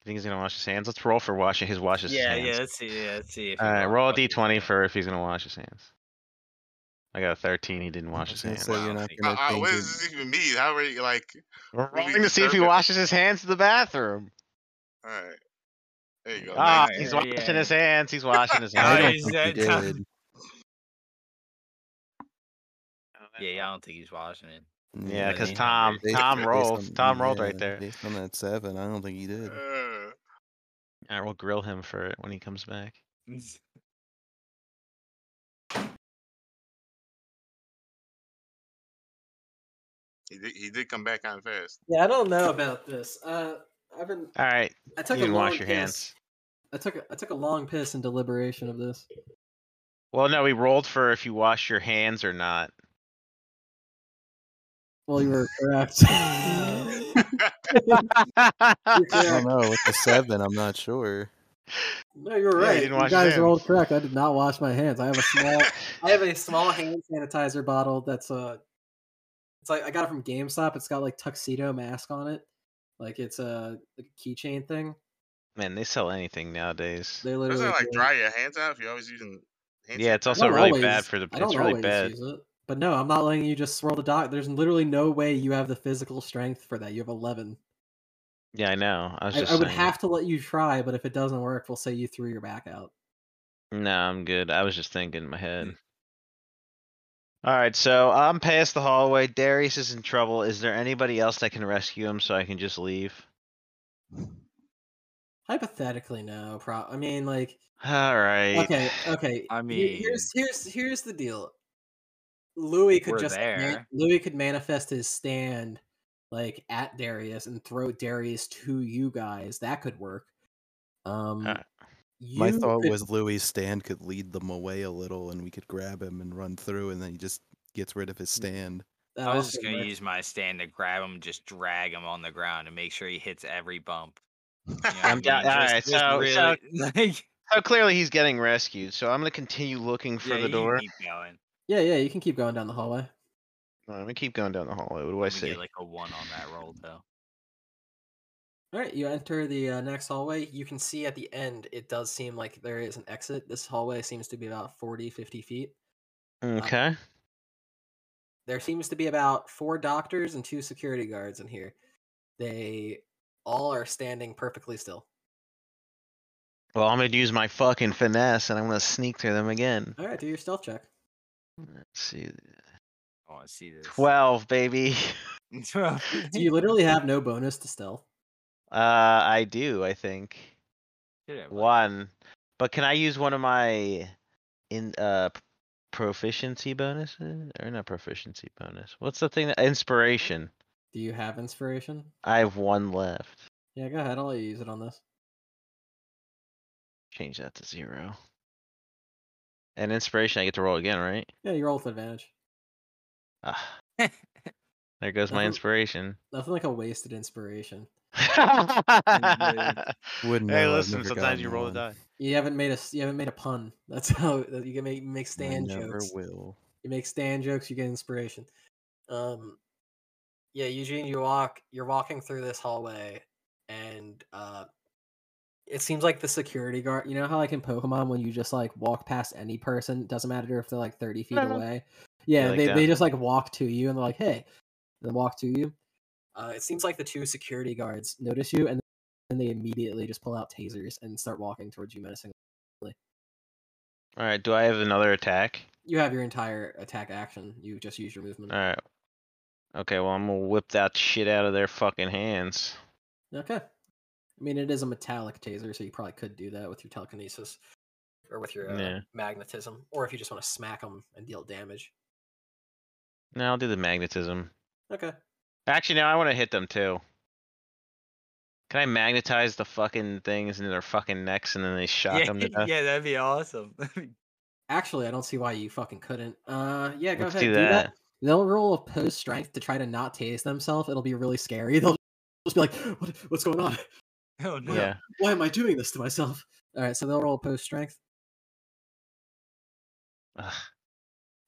D: You think he's going to wash his hands? Let's roll for washing. His washes
E: yeah,
D: his hands.
E: yeah. Let's see. Yeah, let's see. if he
D: All right,
E: wa-
D: roll a
E: wa-
D: d20 for if he's going to wash his hands. I got a 13. He didn't wash
A: was
D: his
A: gonna
D: hands.
A: say you're not
C: Uh,
E: Wow.
A: gonna
C: uh,
A: change
C: what
A: your-
C: does this even mean? How are you like?
D: We're
C: Really
D: rolling to see if he
C: deserve it.
D: washes his hands in the bathroom.
C: All right, there you go.
D: Ah,
C: Nice.
D: he's
E: yeah,
D: washing
E: yeah.
D: his hands. He's washing his
A: I
E: Oh,
A: don't
D: hands.
E: he's
A: think you
E: that dumb.
A: did.
E: Yeah, I don't think he's watching it.
D: Yeah, because
A: they-
D: Tom
A: based-
D: Tom
A: based
D: rolled.
A: on-
D: Tom rolled right
A: yeah,
D: there.
A: Based on that seven, I don't think he did.
C: Uh,
D: I will grill him for it when he comes back.
C: he did. He did come back on fast.
B: Yeah, I don't know about this. Uh, I've been.
D: All right,
B: I took
D: you
B: a
D: can
B: long
D: wash your
B: piss.
D: hands.
B: I took a, I took a long piss in deliberation of this.
D: Well, no, we rolled for if you wash your hands or not.
B: Well, you were correct. You're
A: I don't
B: correct.
A: know. With the seven, I'm not sure.
B: No, you're
D: Yeah, you
B: right.
D: didn't
B: you
D: wash your
B: guys
D: hands.
B: are all correct. I did not wash my hands. I have a small I have a small hand sanitizer bottle that's uh it's like I got it from GameStop. It's got like tuxedo mask on it. Like it's a, like a keychain thing.
D: Man, they sell anything nowadays.
B: They literally
C: Doesn't it, like
B: do it.
C: dry your hands out if you're always using? Hand
D: Yeah, it's
C: sanitizer?
D: also
B: don't
D: really
B: always-
D: bad for the.
B: I don't
D: It's really
B: always
D: bad.
B: use it. But no, I'm not letting you just swirl the dock. There's literally no way you have the physical strength for that. You have 11.
D: Yeah, I know. I was
B: I,
D: just.
B: I would
D: saying.
B: have to let you try, but if it doesn't work, we'll say you threw your back out.
D: No, I'm good. I was just thinking in my
B: Hmm.
D: head. All right, so I'm past the hallway. Darius is in trouble. Is there anybody else that can rescue him so I can just leave?
B: Hypothetically, no. Pro- I mean, like,
D: All right.
B: okay, okay.
E: I
B: here- here's here's here's the deal. Louis could
E: We're
B: just man-
E: there.
B: Louis could manifest his stand like at Darius and throw Darius to you guys. That could work. Um,
D: Uh,
B: You
A: My thought
B: could-
A: was Louis' stand could lead them away a little, and we could grab him and run through, and then he just gets rid of his stand.
B: that
E: I was
B: also
E: just gonna
B: worked.
E: use my stand to grab him, just drag him on the ground, and make sure he hits every bump. You know what I
D: I'm
E: mean?
D: down- all
E: Just-
D: right,
E: just
D: so- so-
E: really- like,
D: So Oh, clearly he's getting rescued, so I'm gonna continue looking for
E: yeah, you
D: the
E: can
D: door.
E: Keep going.
B: Yeah, yeah, you can keep going down the hallway.
D: All right, I'm gonna keep going down the hallway. What do I
E: We
D: see?
E: get like a one on that roll though.
B: All right, you enter the uh, next hallway. You can see at the end, it does seem like there is an exit. This hallway seems to be about 40, 50 feet.
D: okay.
B: There seems to be about four doctors and two security guards in here. They all are standing perfectly still.
D: Well, I'm gonna use my fucking finesse, and I'm gonna sneak through them again.
B: All right, do your stealth check.
D: Let's see,
E: Oh, I want to see this.
D: twelve, baby.
E: Twelve.
B: Do you literally have no bonus to stealth?
D: Uh, I do. I think
E: Should have, like,
D: one, but can I use one of my in uh p- proficiency bonuses or not proficiency bonus? What's the thing that inspiration?
B: Do you have inspiration?
D: I have one left.
B: Yeah, go ahead. I'll let you use it on this.
D: Change that to zero. And inspiration, I get to roll again, right?
B: Yeah, you roll with advantage.
D: Ah, there goes my
B: Doesn't-
D: inspiration.
B: Nothing like a wasted inspiration.
A: Wouldn't
D: hey,
A: know, I've
D: listen.
A: never
D: Sometimes you
A: gotten
D: roll the
A: that one.
D: die.
B: You haven't made a s- you haven't made a pun. That's how that you can make make
A: and
B: stand
A: I never
B: jokes.
A: will.
B: you make stand jokes you get inspiration um yeah eugene you walk you're walking through this hallway and uh it seems like the security guard you know how like in pokemon when you just like walk past any person doesn't matter if they're like 30 feet
D: Uh-huh.
B: away yeah
D: like
B: they,
D: that.
B: they just like walk to you and they're like hey and they walk to you uh it seems like the two security guards notice you and then they immediately just pull out tasers and start walking towards you menacingly
D: All right. Do I have another attack?
B: you have your entire attack action you just use your movement
D: All right. Okay. Well, I'm gonna whip that shit out of their fucking hands.
B: Okay. I mean, it is a metallic taser, so you probably could do that with your telekinesis or with your uh,
D: Yeah.
B: magnetism, or if you just want to smack them and deal damage.
D: No, I'll do the magnetism.
B: Okay.
D: Actually, no, I want to hit them too. Can I magnetize the fucking things into their fucking necks and then they shock
E: yeah,
D: them to death?
E: yeah, that'd be awesome.
B: Actually, I don't see why you fucking couldn't. Uh, yeah, go
D: Let's
B: ahead.
D: do that.
B: They'll roll opposed strength to try to not tase themselves. It'll be really scary. They'll just be like, what, "What's going on?
E: oh no.
D: Yeah.
B: Why am I doing this to myself?" All right, so they'll roll opposed strength.
D: Ugh.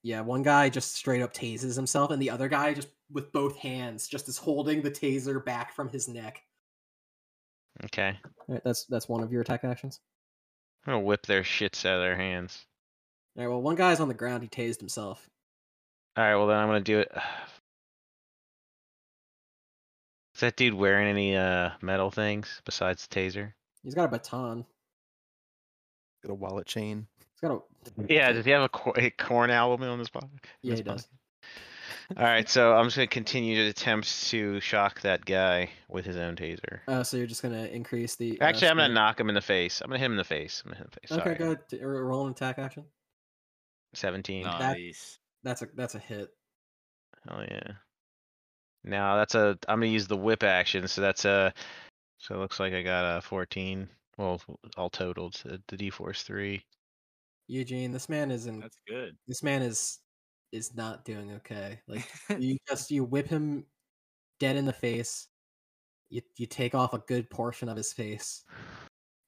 B: Yeah, one guy just straight up tases himself, and the other guy just with both hands just is holding the taser back from his neck.
D: Okay.
B: All right, that's that's one of your attack actions.
D: I'm gonna whip their shits out of their hands.
B: All right. Well, one guy's on the ground. He tased himself.
D: All right. Well, then I'm gonna do it. Is that dude wearing any uh metal things besides the taser?
B: He's got a baton.
A: Got a wallet chain.
B: He's got a
D: Yeah. Does he have a, cor- a corn album on his pocket? in
B: Yeah,
D: his
B: he does.
D: pocket? All right. So I'm just gonna continue to attempt to shock that guy with his own taser.
B: Uh, so you're just gonna increase the. uh,
D: Actually, I'm gonna
B: strength.
D: knock him in the face. I'm gonna hit him in the face. I'm gonna hit him in the face.
B: Okay,
D: Sorry.
B: go ahead. t- r- Roll an attack action.
D: 17.
B: That-
E: Nice.
B: That's a that's a hit.
D: Hell yeah. Now that's a. I'm gonna use the whip action. So that's a. So it looks like I got a 14. Well, f- all totaled. So the D4 is three.
B: Eugene, this man is in.
E: That's good.
B: This man is is not doing okay. Like you just you whip him dead in the face. You you take off a good portion of his face,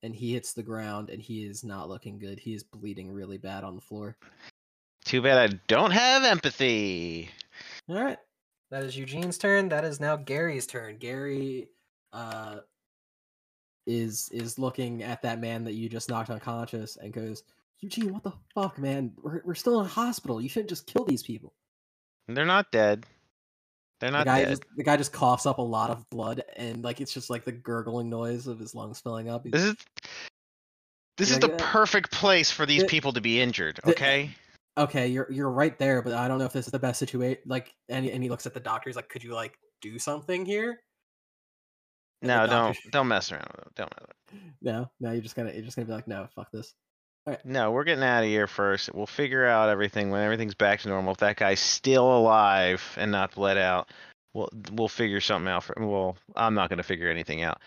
B: and he hits the ground, and he is not looking good. He is bleeding really bad on the floor.
D: Too bad I don't have empathy.
B: All right. That is Eugene's turn. That is now Gary's turn. Gary uh, is is looking at that man that you just knocked unconscious and goes, Eugene, what the fuck, man? We're, we're still in a hospital. You shouldn't just kill these people.
D: They're not dead. They're not
B: the guy
D: dead.
B: just the guy just coughs up a lot of blood and like it's just like the gurgling noise of his lungs filling up. He's-
D: This is. This
B: Yeah,
D: is the
B: yeah.
D: perfect place for these
B: The-
D: people to be injured.
B: the-
D: Okay.
B: okay, you're you're right there, but I don't know if this is the best situation. Like, and he, and he looks at the doctor. He's like, "Could you like do something here?" And the
D: No, don't
B: doctor's-
D: don't mess around with them. Don't mess
B: No, no, you're just gonna you're just gonna be like, "No, fuck this."
D: No, we're getting out of here first. We'll figure out everything when everything's back to normal. If that guy's still alive and not bled out, we'll we'll figure something out. For, well, I'm not gonna figure anything out.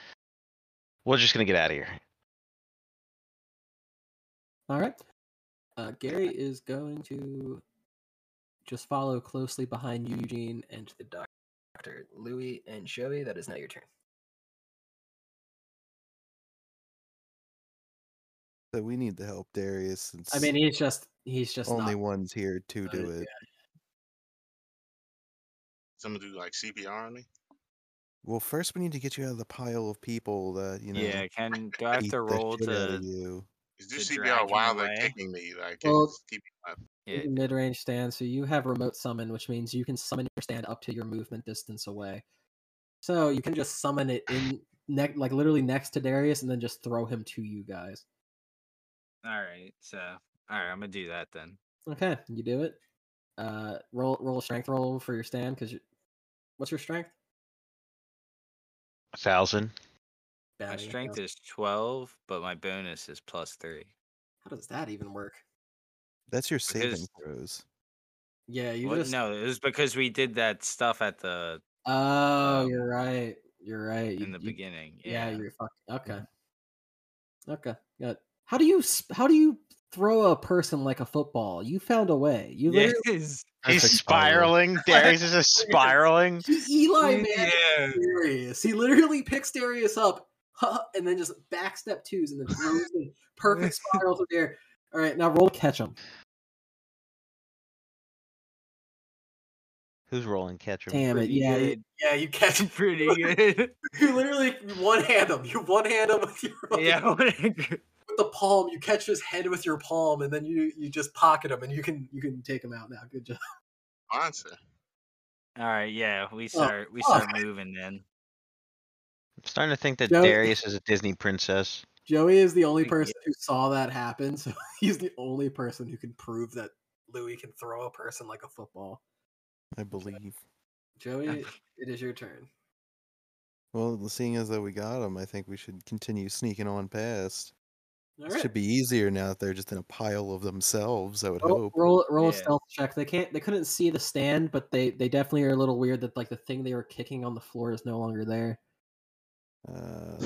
D: We're just gonna get out of here.
B: All right. Uh, Gary is going to just follow closely behind Eugene and the doctor, Louis and Joey. That is now your turn.
A: So we need the help, Darius. Since
B: I mean, he's just he's just
A: only
B: not-
A: one's here to do
B: uh,
A: it.
C: Someone do like CPR on me.
A: Well, first we need to get you out of the pile of people that you know.
E: yeah, can do I have
A: beat
E: to
A: the
E: roll
A: shit out of
E: to?
A: you.
C: Just do
E: To
C: CPR
E: drag
C: while
E: him
C: they're
E: away?
C: kicking me. Like
B: Well-
C: it's keep me up.
E: Yeah,
B: Mid range stand, so you have remote summon, which means you can summon your stand up to your movement distance away. So you can just summon it in ne- like literally next to Darius and then just throw him to you guys.
E: All right, so all right, I'm gonna do that then.
B: Okay, you do it. Uh roll roll a strength roll for your stand because what's your strength?
D: Thousand.
E: My
B: Batting, I
E: strength
B: guess.
E: is 12, but my bonus is plus three.
B: How does that even work?
A: That's your
E: Because-
A: saving throws.
B: Yeah, you
E: Well,
B: just
E: No, it was because we did that stuff at the
B: Oh,
E: um,
B: you're right. You're right.
E: in the
B: beginning.
E: beginning.
B: Yeah,
E: Yeah, Mm-hmm.
B: you're fucking okay. Okay, good. How do you sp- how do you throw a person like a football? You found a way. You
E: yeah.
B: literally
E: Yes.
A: Perfect
D: He's
A: timing.
D: spiraling. Darius is just spiraling.
B: E, Eli man,
E: Yeah.
B: is Darius. He literally picks Darius up, and then just backstep twos and then throws him perfect spiral through there. All right, now roll to catch him.
D: Who's rolling catcher?
B: Damn it!
E: Pretty
B: Yeah, you,
E: good.
B: yeah, you catch him.
E: pretty good.
B: You literally one hand him. You one hand him with your
E: yeah, what a good-
B: with the palm. You catch his head with your palm, and then you you just pocket him, and you can you can take him out now. Good job.
C: Answer.
E: All right, yeah, we start we
B: Oh, fuck.
E: start moving then.
D: I'm starting to think that
B: Joe-
D: Darius is a Disney princess.
B: Joey is the only
E: Like,
B: person who saw that happen, so he's the only person who can prove that Louis can throw a person like a football.
A: I believe.
B: Joey, it is your turn.
A: Well, seeing as though we got them, I think we should continue sneaking on past.
B: All
A: It
B: right.
A: should be easier now that they're just in a pile of themselves. I would
B: roll,
A: hope.
B: Oh, roll, roll a
E: Yeah.
B: stealth check. They can't. They couldn't see the stand, but they they definitely are a little weird that like the thing they were kicking on the floor is no longer there.
A: Uh,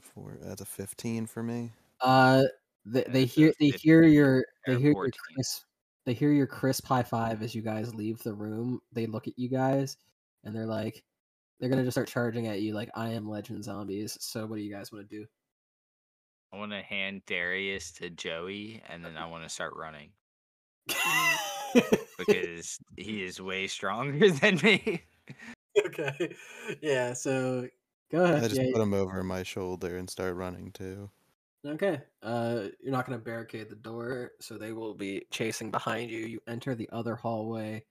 A: four, that's a fifteen for me.
B: Uh, they, they
E: That's a
B: hear they hear
E: 15
B: your they
E: or
B: hear your
E: 14.
B: crisp they hear your crisp high five as you guys leave the room. They look at you guys and they're like they're gonna just start charging at you like I am legend zombies. So what do you guys want to do?
E: I want to hand Darius to Joey, and then I want to start running because he is way stronger than me.
B: okay, yeah. So go
A: I
B: ahead.
A: just
B: Yeah,
A: put them over my shoulder and start running too.
B: Okay. Uh, you're not going to barricade the door, so they will be chasing behind you. You enter the other hallway,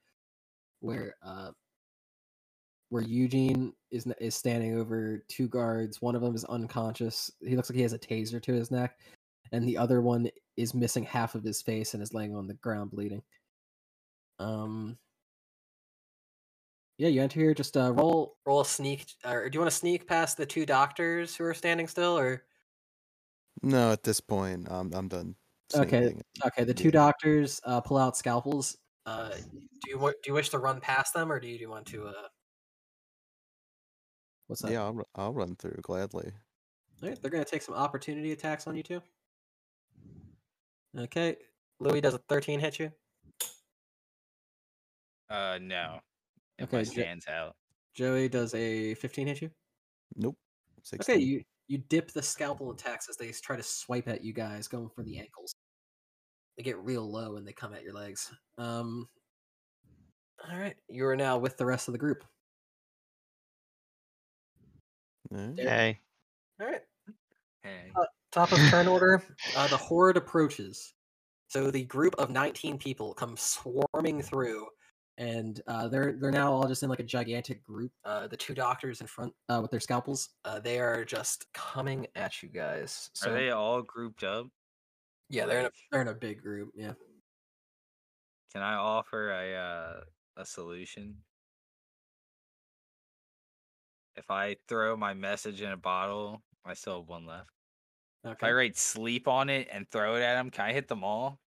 B: where uh, where Eugene is n- is standing over two guards. One of them is unconscious. He looks like he has a taser to his neck, and the other one is missing half of his face and is laying on the ground bleeding. Um. Yeah, you enter here. Just uh, roll, roll a sneak, or do you want to sneak past the two doctors who are standing still, or?
A: No, at this point, I'm I'm done.
B: Okay.
A: sneaking.
B: Okay, the two
A: Yeah.
B: doctors uh, pull out scalpels. Uh, do you want? Do you wish to run past them, or do you, do you want to? Uh... What's that?
A: Yeah, I'll, ru- I'll run through gladly.
B: All right, they're going to take some opportunity attacks on you two. Okay, Louis does a thirteen hit you.
E: Uh, no, if my
B: Okay, Jo-
E: stands out.
B: Joey does a fifteen hit you.
A: Nope.
B: Okay,
A: 16.
B: you you dip the scalpel attacks as they s- try to swipe at you guys, going for the ankles. They get real low and they come at your legs. Um. All right, you are now with the rest of the group.
A: Alright.
B: There-
D: Hey,
B: All right.
E: Hey.
B: top of turn order, uh, the horde approaches. So the group of 19 people come swarming through, and uh, they're they're now all just in like a gigantic group. Uh, the two doctors in front uh, with their scalpels, uh, they are just coming at you guys. So
E: Are they all grouped up?
B: yeah, they're in a,
E: like-
B: they're in a big group. Yeah.
E: Can I offer a uh, a solution? If I throw my message in a bottle, I still have one left. If I
B: Okay.
E: write sleep on it and throw it at them, can I hit them all?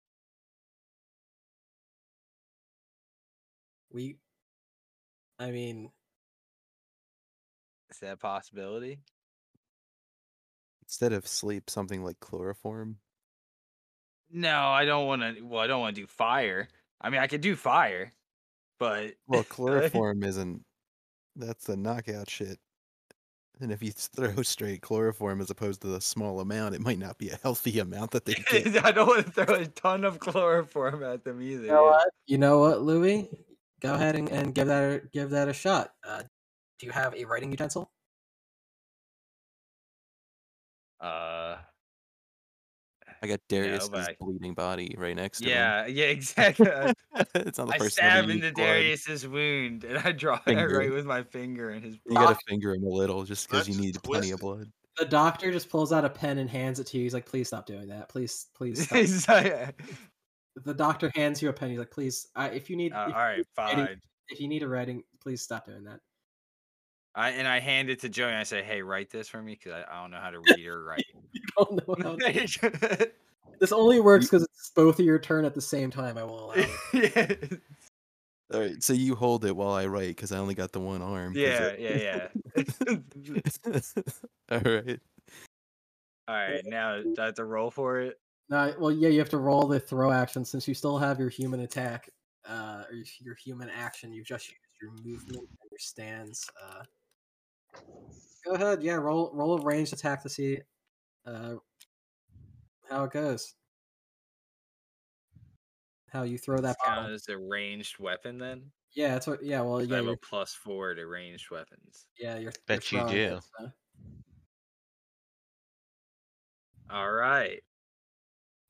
B: We. I mean,
E: Is that a possibility?
A: Instead of sleep, something like chloroform.
E: No, I don't want to. Well, I don't want to do fire. I mean, I could do fire, but
A: Well, chloroform isn't. That's the knockout shit. And if you throw straight chloroform as opposed to the small amount, it might not be a healthy amount that they get.
E: I don't want to throw a ton of chloroform at them either.
B: You know what? You know what, Louis? Go ahead and, and give that a, give that a shot. Uh, do you have a writing utensil?
E: Uh,
A: I got Darius'
E: but I-
A: bleeding body right next to
E: yeah, yeah, exactly.
A: him. it's not the
E: I
A: first
E: stab
A: time
E: into Darius's wound, and I draw it
A: Finger.
E: right with my finger in his
A: You
E: blood.
A: gotta finger him a little just because you
C: Let's
A: need plenty of
C: twist it.
A: blood.
B: The doctor just pulls out a pen and hands it to you. He's like, "Please stop doing that. Please, please." Stop.
E: He's like,
B: the doctor hands you a pen. He's like, "Please, I if you need,
E: "Uh,
B: if,
E: all
B: you
E: right,
B: need writing-
E: fine.
B: if you need a writing, please stop doing that."
E: I, and I hand it to Joey, and I say, "Hey, write this for me because I, I don't know how to read or write."
B: I don't know how-
E: yeah.
B: this only works because it's both of your turn at the same time. I will allow. It.
A: All right, so you hold it while I write because I only got the one arm. 'cause
E: yeah,
A: it-
E: yeah, yeah.
A: All right.
E: All right, now do I have to roll for it?
B: No, well, yeah, you have to roll the throw action since you still have your human attack, uh, or your- your human action. You've just used your movement and your stands. Uh, go ahead, yeah, roll roll a ranged attack to see uh, how it goes. How you throw that
E: Count
B: bottle?
E: as a ranged weapon then?
B: Yeah, that's what. Yeah, well,
E: 'Cause I
B: yeah,
E: have a
B: you're,
E: plus four to ranged weapons.
B: yeah, you're.
D: Bet you
B: you're throwing it,
D: do.
B: so-
E: All right,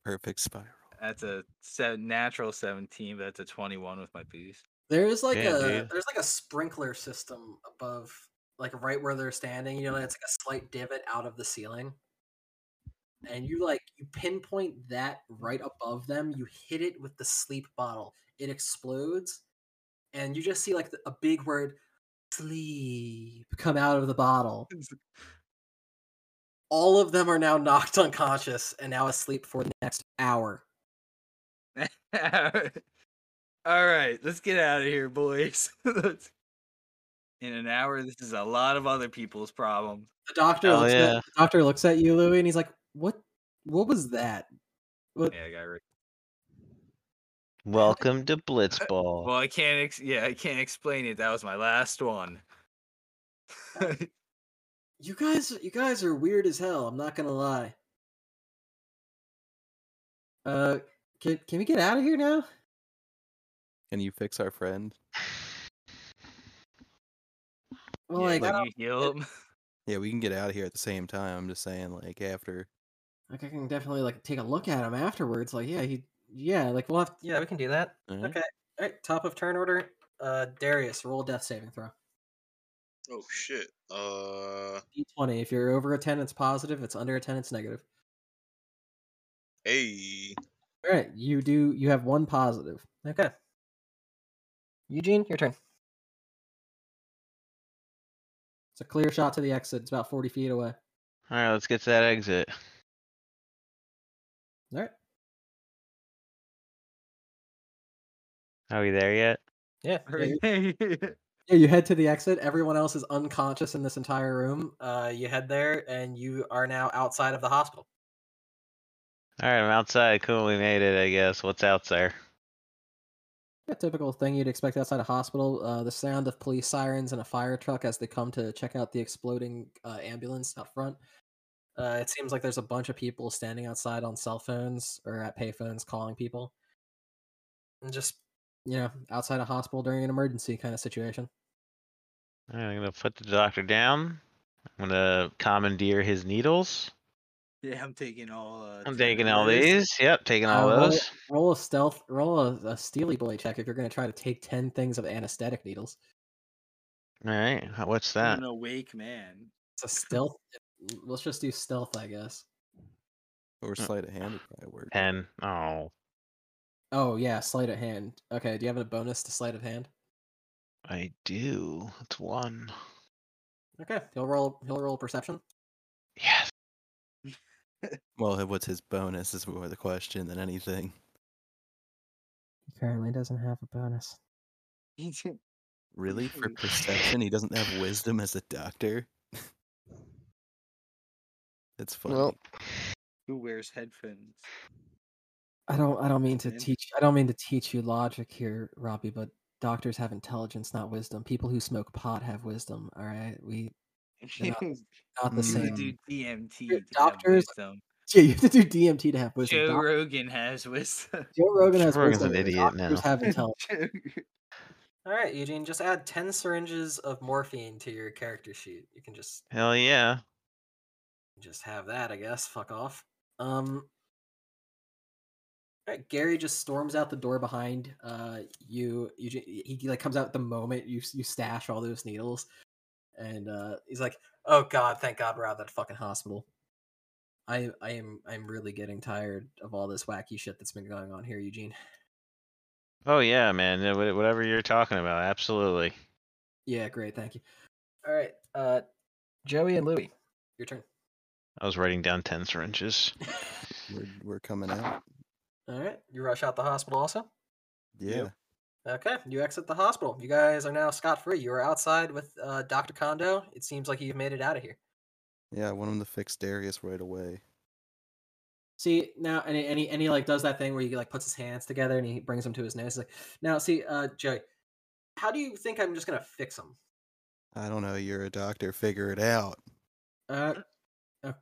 A: Perfect spiral.
E: that's a se- natural seventeen, but that's a twenty-one with my boost.
B: There is like
D: Yeah,
B: a
D: dude.
B: there's like a sprinkler system above, like right where they're standing. You know,
D: Mm.
B: it's like a slight divot out of the ceiling, and you like you pinpoint that
D: Mm.
B: right above them. You hit it with the sleep bottle. It explodes, and you just see like the- a big word "sleep" come out of the bottle.
D: Mm.
B: All of them are now knocked unconscious and now asleep for the next hour.
E: All right, let's get out of here, boys. Let's- In an hour, this is a lot of other people's problems.
B: The doctor
D: Hell
B: looks at,
D: yeah.
B: the doctor looks at you, Louis, and he's like, "What? What was that? What?
E: Yeah, I got rid.
D: Welcome to
B: Oh.
D: Blitzball.
E: Well, I can't. Ex- yeah, I can't explain it. That was my last one.
B: You guys, you guys are weird as hell. I'm not gonna lie. Uh, can can we get out of here now?
A: Can you fix our friend?
B: Well,
E: Yeah,
B: like, I
E: can
B: don't,
E: you heal him?
A: Yeah, we can get out of here at the same time. I'm just saying, like after.
B: like I can definitely like take a look at him afterwards. Like, yeah, he, yeah, like we'll have. Yeah, we can do that.
A: all right?
B: Okay. All right. Top of turn order. Uh, Darius, roll a death saving throw.
C: Oh shit. Uh,
B: D20. If you're over a 10, it's positive. If it's under a 10, it's negative.
C: hey.
B: All right. You do. You have one positive. Okay. Eugene, your turn. It's a clear shot to the exit. It's about 40 feet away.
D: All right, let's get to that exit.
B: All right.
D: Are we there yet?
B: Yeah. Yeah, you-
E: All
B: yeah, you head to the exit. Everyone else is unconscious in this entire room. Uh, you head there, and you are now outside of the hospital.
D: All right, I'm outside. Cool, we made it. I guess. What's out there?
B: A typical thing you'd expect outside a hospital. Uh, the sound of police sirens and a fire truck as they come to check out the exploding uh, ambulance out front. Uh, it seems like there's a bunch of people standing outside on cell phones or at payphones calling people. And just, you know, outside a hospital during an emergency kind of situation.
D: All right, I'm gonna put the doctor down. I'm gonna commandeer his needles.
E: yeah, I'm taking all. Uh,
D: I'm
E: 10
D: taking
E: of
D: all
E: those.
D: these. Yep, taking all
B: Uh, roll-
D: those.
B: Roll, a stealth, roll a, a steely boy check if you're going to try to take 10 things of anesthetic needles.
D: All right, h- what's
E: I'm
D: that?
E: an awake man.
B: It's a stealth. Let's just do stealth, I guess.
A: Or
E: Mm.
A: sleight of hand would probably work.
D: Ten. Oh,
B: Oh, yeah, sleight of hand. Okay, do you have a bonus to sleight of hand?
D: I do. It's one.
B: Okay, he'll roll. He'll roll perception.
D: Yes.
A: Well, what's his bonus is more the question than anything.
B: He currently doesn't have a bonus.
A: Really, for perception, he doesn't have wisdom as a doctor. That's funny.
D: Well,
E: Who wears headphones?
B: I don't I don't mean to
E: Yeah.
B: teach I don't mean to teach you logic here, Robbie, but doctors have intelligence, not wisdom. People who smoke pot have wisdom, all right? We They're not- not the
A: Mm.
E: You
B: same.
E: could do DMT.
B: Your
E: to have
B: doctors-
E: wisdom.
B: Yeah, you have to do DMT to have wisdom.
E: Joe
B: Doc-
E: Rogan has wisdom.
B: Joe Rogan has
D: Joe Rogan's
B: wisdom.
D: an idiot
B: doctors
D: now.
B: have intelligence.
E: Joe-
B: All right, Eugene, just add 10 syringes of morphine to your character sheet. You can just
D: Hell yeah.
B: just have that, I guess. Fuck off. Um all right, Gary just storms out the door behind uh you. Eugene, he he, like comes out the moment you s- you stash all those needles, and uh he's like, "Oh God, thank God we're out of that fucking hospital." I I am I'm really getting tired of all this wacky shit that's been going on here, Eugene.
D: Oh yeah, man. yeah, wha- Whatever you're talking about, absolutely.
B: Yeah, great, thank you. All right, uh, Joey and Louie, your turn.
D: I was writing down ten syringes.
A: We're, we're coming out.
B: All right, you rush out the hospital also.
A: Yeah.
D: Yep.
B: Okay, you exit the hospital. You guys are now scot free. You are outside with uh, Doctor Kondo. It seems like you've made it out of here.
A: Yeah, I want him to fix Darius right away.
B: See now, and he, and, he, and he like does that thing where he like puts his hands together and he brings them to his nose. He's like, now see, uh, Joey, how do you think I'm just gonna fix him?
A: I don't know. You're a doctor. Figure it out.
B: Uh, uh,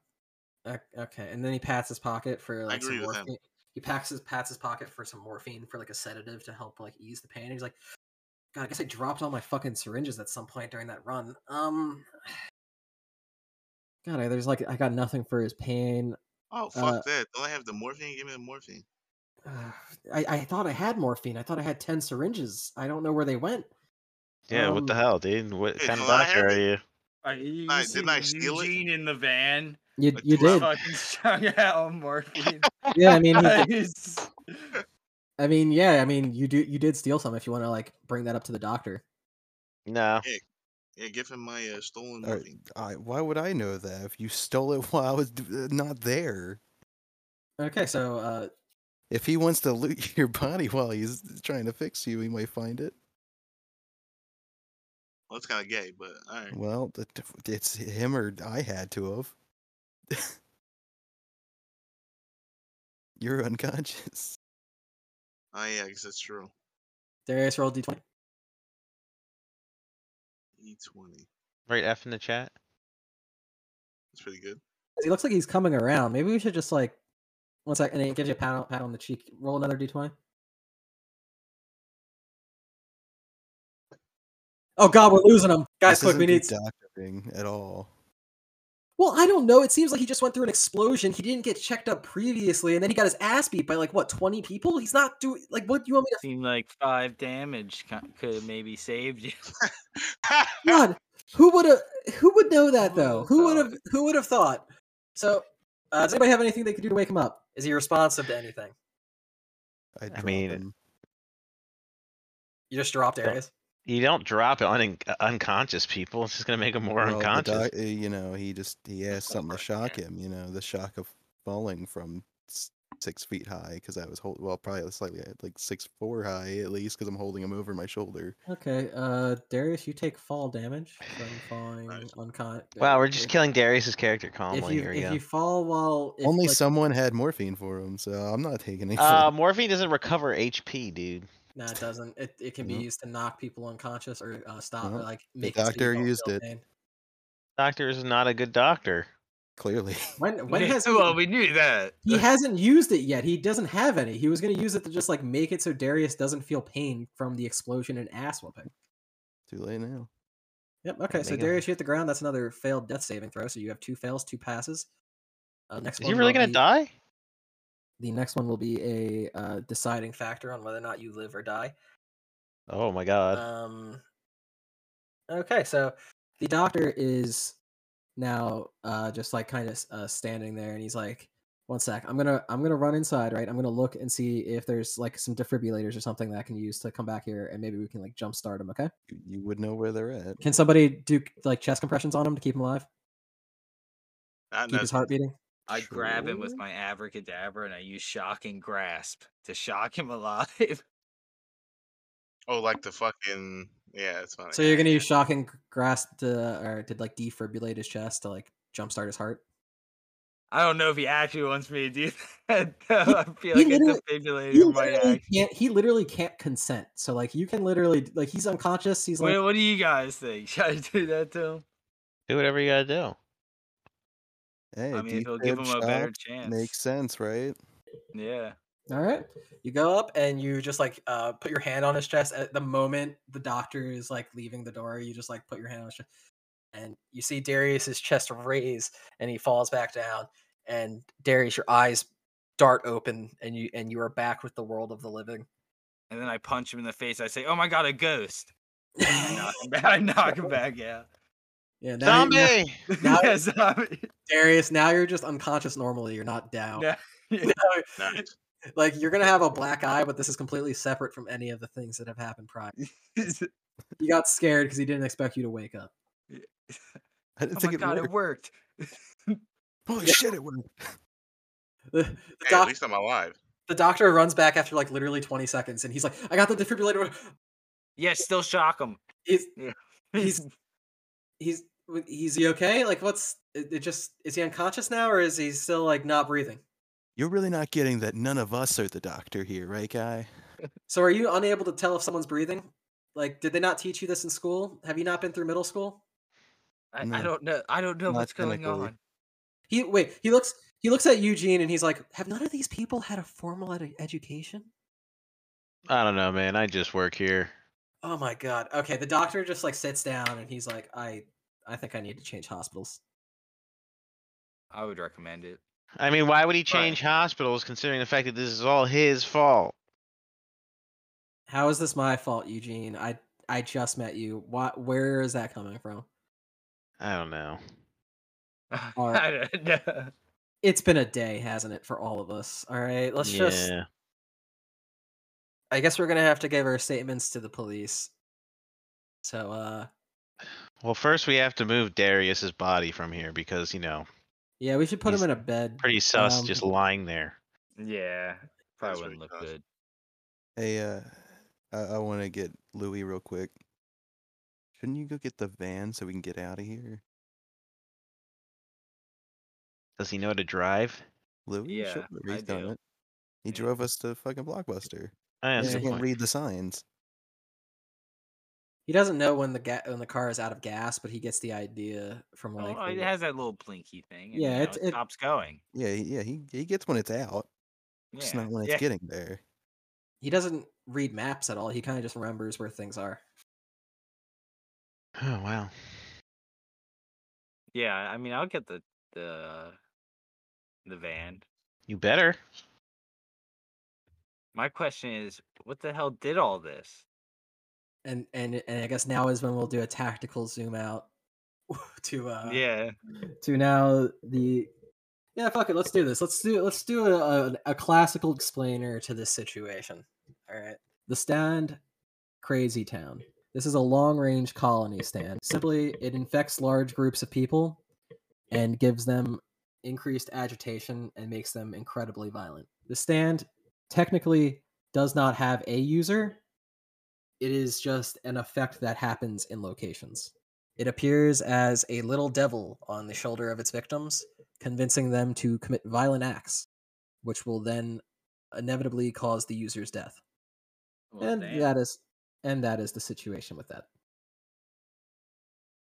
B: uh, okay. And then he pats his pocket for like some
C: agree with him.
B: morphine. He packs his pats his pocket for some morphine for like a sedative to help like ease the pain. And he's like, God, I guess I dropped all my fucking syringes at some point during that run. Um, God, I, there's like I got nothing for his pain.
C: Oh fuck
B: Uh,
C: that! Don't I have the morphine? Give me the morphine.
B: Ugh, I, I thought I had morphine. I thought I had ten syringes. I don't know where they went.
D: Yeah. what the
B: Um,
D: hell, dude? What
C: Hey,
D: kind of
C: well, I
D: doctor are
C: haven't-
D: you?
E: Are you
C: I-
E: see
C: didn't I steal it?
E: Eugene in the van?
B: You
C: Like,
B: you
C: do I
B: did.
C: have-
E: Fucking strung out on morphine.
B: Yeah, I mean, he-
E: Guys.
B: I mean, yeah, I mean, you do you did steal some. If you want to like bring that up to the doctor.
D: No.
C: Yeah, give him my uh, stolen
A: All right.
C: morphine.
A: I, why would I know that if you stole it while I was d- uh, not there?
B: Okay, so uh,
A: If he wants to loot your body while he's trying to fix you, he might find it.
C: Well, Oh, it's kind of gay, but all right.
A: Well, th- th- it's him or I had to have. You're unconscious.
C: Oh yeah, I guess that's true.
B: Darius rolled d twenty.
C: E twenty.
D: Right F in the chat.
C: That's pretty good.
B: He looks like he's coming around. Maybe we should just like one second. And it gives you a pat on, pat on the cheek. Roll another d twenty. Oh God, we're losing him, guys!
A: This
B: quick, we
A: isn't
B: need.
A: good doctoring at all.
B: Well, I don't know. It seems like he just went through an explosion. He didn't get checked up previously, and then he got his ass beat by like what twenty people. He's not doing like what do you want me to
E: Seemed like five damage could have maybe saved you.
B: God, who would have? Who would know that
E: Who
B: though?
E: would've
B: Who would have?
E: thought?
B: Who would have thought? So, uh, does anybody have anything they could do to wake him up? Is he responsive to anything?
A: I'd drop
D: mean,
A: him.
B: You just dropped Darius.
D: You don't drop un- uh, unconscious people. It's just gonna make them more
A: Well, the
D: unconscious.
A: doc- uh, you know, he just he asked something to
E: Right,
A: shock him. You know, the shock of falling from s- six feet high because I was hold well probably slightly uh, like six four high at least because I'm holding him over my shoulder.
B: Okay, uh, Darius, you take fall damage from falling
C: Nice.
B: uncon.
D: wow, we're just
B: if-
D: killing Darius's character
B: If
D: calmly.
B: you
D: Here we
B: if
D: go.
B: you fall while if,
A: Only
B: like,
A: someone had morphine for him, so I'm not taking anything.
D: Uh,
E: Um,
D: morphine doesn't recover HP, dude.
B: no, it doesn't. It, it can be
A: Nope.
B: used to knock people unconscious or uh, stop
A: Nope.
B: or, like
A: The
B: make it so you
A: doctor
B: don't feel
A: used it.
B: pain.
D: Doctor is not a good doctor.
A: Clearly,
B: When when
E: Yeah,
B: has he
E: well, we knew that.
B: he hasn't used it yet. He doesn't have any. He was going to use it to just like make it so Darius doesn't feel pain from the explosion and ass whooping.
A: too late now.
B: Yep. Okay. So
D: Omega.
B: Darius, you hit the ground. That's another failed death saving throw. So you have two fails, two passes. Uh, next
D: Is
B: one
D: he really
B: will
D: gonna
B: be-
D: die?
B: The next one will be a uh, deciding factor on whether or not you live or die.
D: Oh my god.
B: Um. Okay, so the doctor is now uh, just like kind of uh, standing there, and he's like, "One sec, I'm gonna I'm gonna run inside, right? I'm gonna look and see if there's like some defibrillators or something that I can use to come back here, and maybe we can like jumpstart him. Okay?
A: You, you would know where they're at.
B: Can somebody do like chest compressions on him to keep him alive,
C: Not
B: keep his heart beating?
E: I grab him with
A: Sure.
E: my abracadabra and I use shock and grasp to shock him alive.
C: Oh, like the fucking yeah. It's funny.
B: So you're gonna use shock and grasp to or to like defibrillate his chest to like jumpstart his heart.
E: I don't know if he actually wants me to do that. though. I feel
B: he
E: like a
B: literally- He
E: defibrillator might
B: literally,
E: act.
B: can't, he literally can't consent. So like you can literally like he's unconscious. He's like
E: What, what do you guys think? Should I do that to him?
D: Do whatever you gotta do.
A: Hey,
E: I mean, it'll give him a better chance.
A: Makes sense, right?
E: Yeah.
B: All right. You go up and you just like uh, put your hand on his chest. At the moment the doctor is like leaving the door, you just like put your hand on his chest, and you see Darius's chest raise, and he falls back down. And Darius, your eyes dart open, and you and you are back with the world of the living.
E: And then I punch him in the face. I say, "Oh my god, a ghost!" And I knock him back, I knock him back out.
B: yeah, now you're-
D: Zombie.
B: now- Now-
E: Yeah, zombie.
B: Darius, now you're just unconscious normally. You're not down.
E: No.
B: Now-
C: Nice.
B: like you're gonna have a black eye, but this is completely separate from any of the things that have happened prior. You got scared because he didn't expect you to wake up.
A: I didn't
E: oh my
A: think it
E: god,
A: worked.
E: it worked.
A: Holy
B: Yeah.
A: shit, it worked.
B: The, the
C: Hey,
B: doc-
C: at least I'm alive.
B: the doctor runs back after like literally 20 seconds and he's like, I got the defibrillator.
E: Yeah, still shock him.
B: He's He's- he's he's he okay? Like what's it, it just is he unconscious now or is he still like not breathing?
A: You're really not getting that none of us are the doctor here, right, guy?
B: So are you unable to tell if someone's breathing? Like, did they not teach you this in school? Have you not been through middle school?
E: I, I
A: No.
E: don't know. I don't know
A: Not
E: what's going
A: technically.
E: on.
B: He wait, he looks he looks at Eugene and he's like, Have none of these people had a formal ed- education?
D: I don't know, man. I just work here.
B: Oh my god. Okay, the doctor just like sits down and he's like, I I think I need to change hospitals.
E: I would recommend it.
D: I mean, why would he change hospitals considering the fact that this is all his fault?
B: How is this my fault, Eugene? I I just met you. Why, where is that coming from?
D: I don't know.
B: Alright.
E: I don't know.
B: It's been a day, hasn't it, for all of us? All right, let's just.
D: Yeah.
B: I guess we're gonna have to give our statements to the police. So, uh,
D: Well, first we have to move Darius's body from here because you know,
B: yeah, we should put
D: He's
B: him in a bed.
D: pretty sus,
B: Um,
D: just lying there.
E: Yeah, probably
C: really
E: wouldn't look
C: gross.
E: good.
A: Hey, uh, I, I want to get Louis real quick. Shouldn't you go get the van so we can get out of here?
D: Does he know how to drive?
A: Louis?
E: Yeah,
A: Sure,
E: I
A: he's done
E: do.
A: it. He
E: Yeah.
A: drove us to fucking Blockbuster.
D: I
A: He
B: that's
A: still
B: the
A: can't read the signs.
B: He doesn't know when the ga- when the car is out of gas, but he gets the idea from
D: Oh,
B: like.
E: Well,
B: the
E: it
B: wa-
E: has that little blinky thing. And,
B: Yeah,
E: you know,
B: it's-
E: it
B: it-
E: stops going.
A: Yeah, he- yeah, he, he gets when it's out,
E: Yeah.
A: just not when it's
E: yeah.
A: getting there.
B: he doesn't read maps at all. He kind of just remembers where things are.
D: Oh wow.
E: yeah, I mean, I'll get the the the van.
D: You better.
E: My question is, what the hell did all this?
B: And and and I guess now is when we'll do a tactical zoom out to uh
E: yeah,
B: to now the yeah fuck it let's do this let's do let's do a, a, a classical explainer to this situation all right the stand crazy town this is a long range colony stand simply it infects large groups of people and gives them increased agitation and makes them incredibly violent the stand technically does not have a user it is just an effect that happens in locations it appears as a little devil on the shoulder of its victims, convincing them to commit violent acts, which will then inevitably cause the user's death.
E: Well,
B: and
E: damn.
B: that is and that is the situation with that.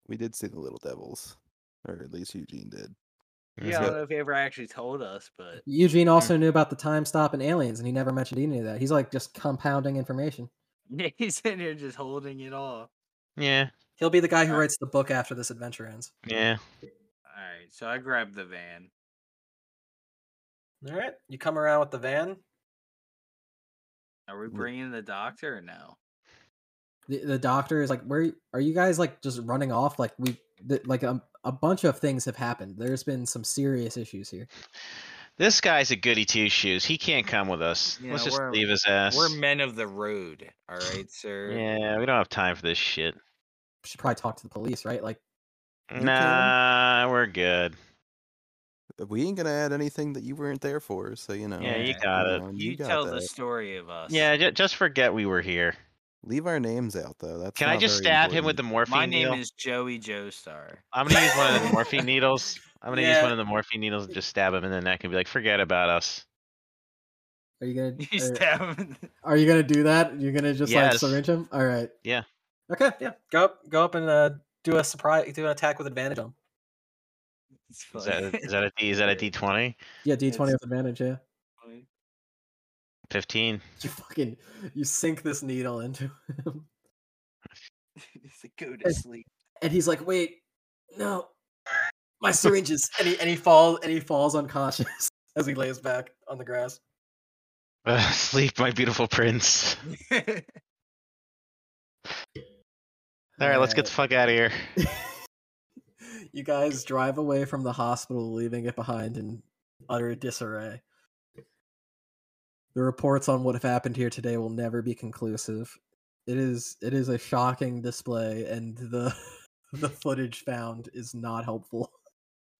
A: We did see the Little Devils, or at least Eugene did.
E: yeah. I
A: Yeah.
E: don't know if he ever actually told us, but
B: Eugene also knew about the time stop and aliens, and he never mentioned any of that. He's like just compounding information.
E: he's in here just holding it all.
D: Yeah.
B: He'll be the guy who
E: Alright.
B: writes the book after this adventure ends.
D: Yeah.
E: All right, so I grabbed the van.
B: All right, you come around with the van.
E: Are we
A: Wh-
E: bringing the doctor or no?
B: The, the doctor is like, "Where y- are you guys? Like, just running off? Like we, th- like a, a bunch of things have happened. There's been some serious issues here."
D: This guy's a goody two shoes. He can't come with us.
E: Yeah,
D: Let's just
E: we're-
D: leave his ass.
E: We're men of the road, all right, sir.
D: yeah, we don't have time for this shit.
B: should probably talk to the police, right? Like,
A: can.
D: Nah, we're good.
A: We ain't gonna add anything that you weren't there for, so you know.
D: Yeah, you
E: yeah,
D: got it.
A: know,
E: You,
A: got
E: tell the
A: that.
E: story of us.
D: Yeah, ju- just forget we were here.
A: Leave our names out though. That's
D: Can I
A: not
D: just
A: very
D: stab him with the
A: important.
D: morphine
E: My name
D: needle?
E: is Joey Joestar.
D: I'm gonna use one of the morphine needles. I'm gonna use
B: Yeah.
D: one of the morphine needles and just stab him in the neck and be like, "Forget about us."
B: Are you gonna?
E: You
B: are-
E: stab him.
B: Are you gonna do that? You're gonna just
D: Yes.
B: like syringe him? All right.
D: Yeah.
B: Okay. Yeah. Go up. Go up and uh, do a surprise. Do an attack with advantage on. him.
E: It's
D: Is that,
E: funny.
D: is that a D? Is that a D twenty?
B: Yeah. D twenty
E: It's-
B: with advantage. Yeah.
D: Fifteen.
B: You fucking you sink this needle into him,
E: It's like, go to sleep.
B: and he's like, "Wait, no, my syringes." and he and he falls and he falls unconscious as he lays back on the grass.
D: Ugh, sleep, my beautiful prince. All right, let's get the fuck out of here.
B: you guys drive away from the hospital, leaving it behind in utter disarray. The reports on what have happened here today will never be conclusive. It is it is a shocking display, and the the footage found is not helpful.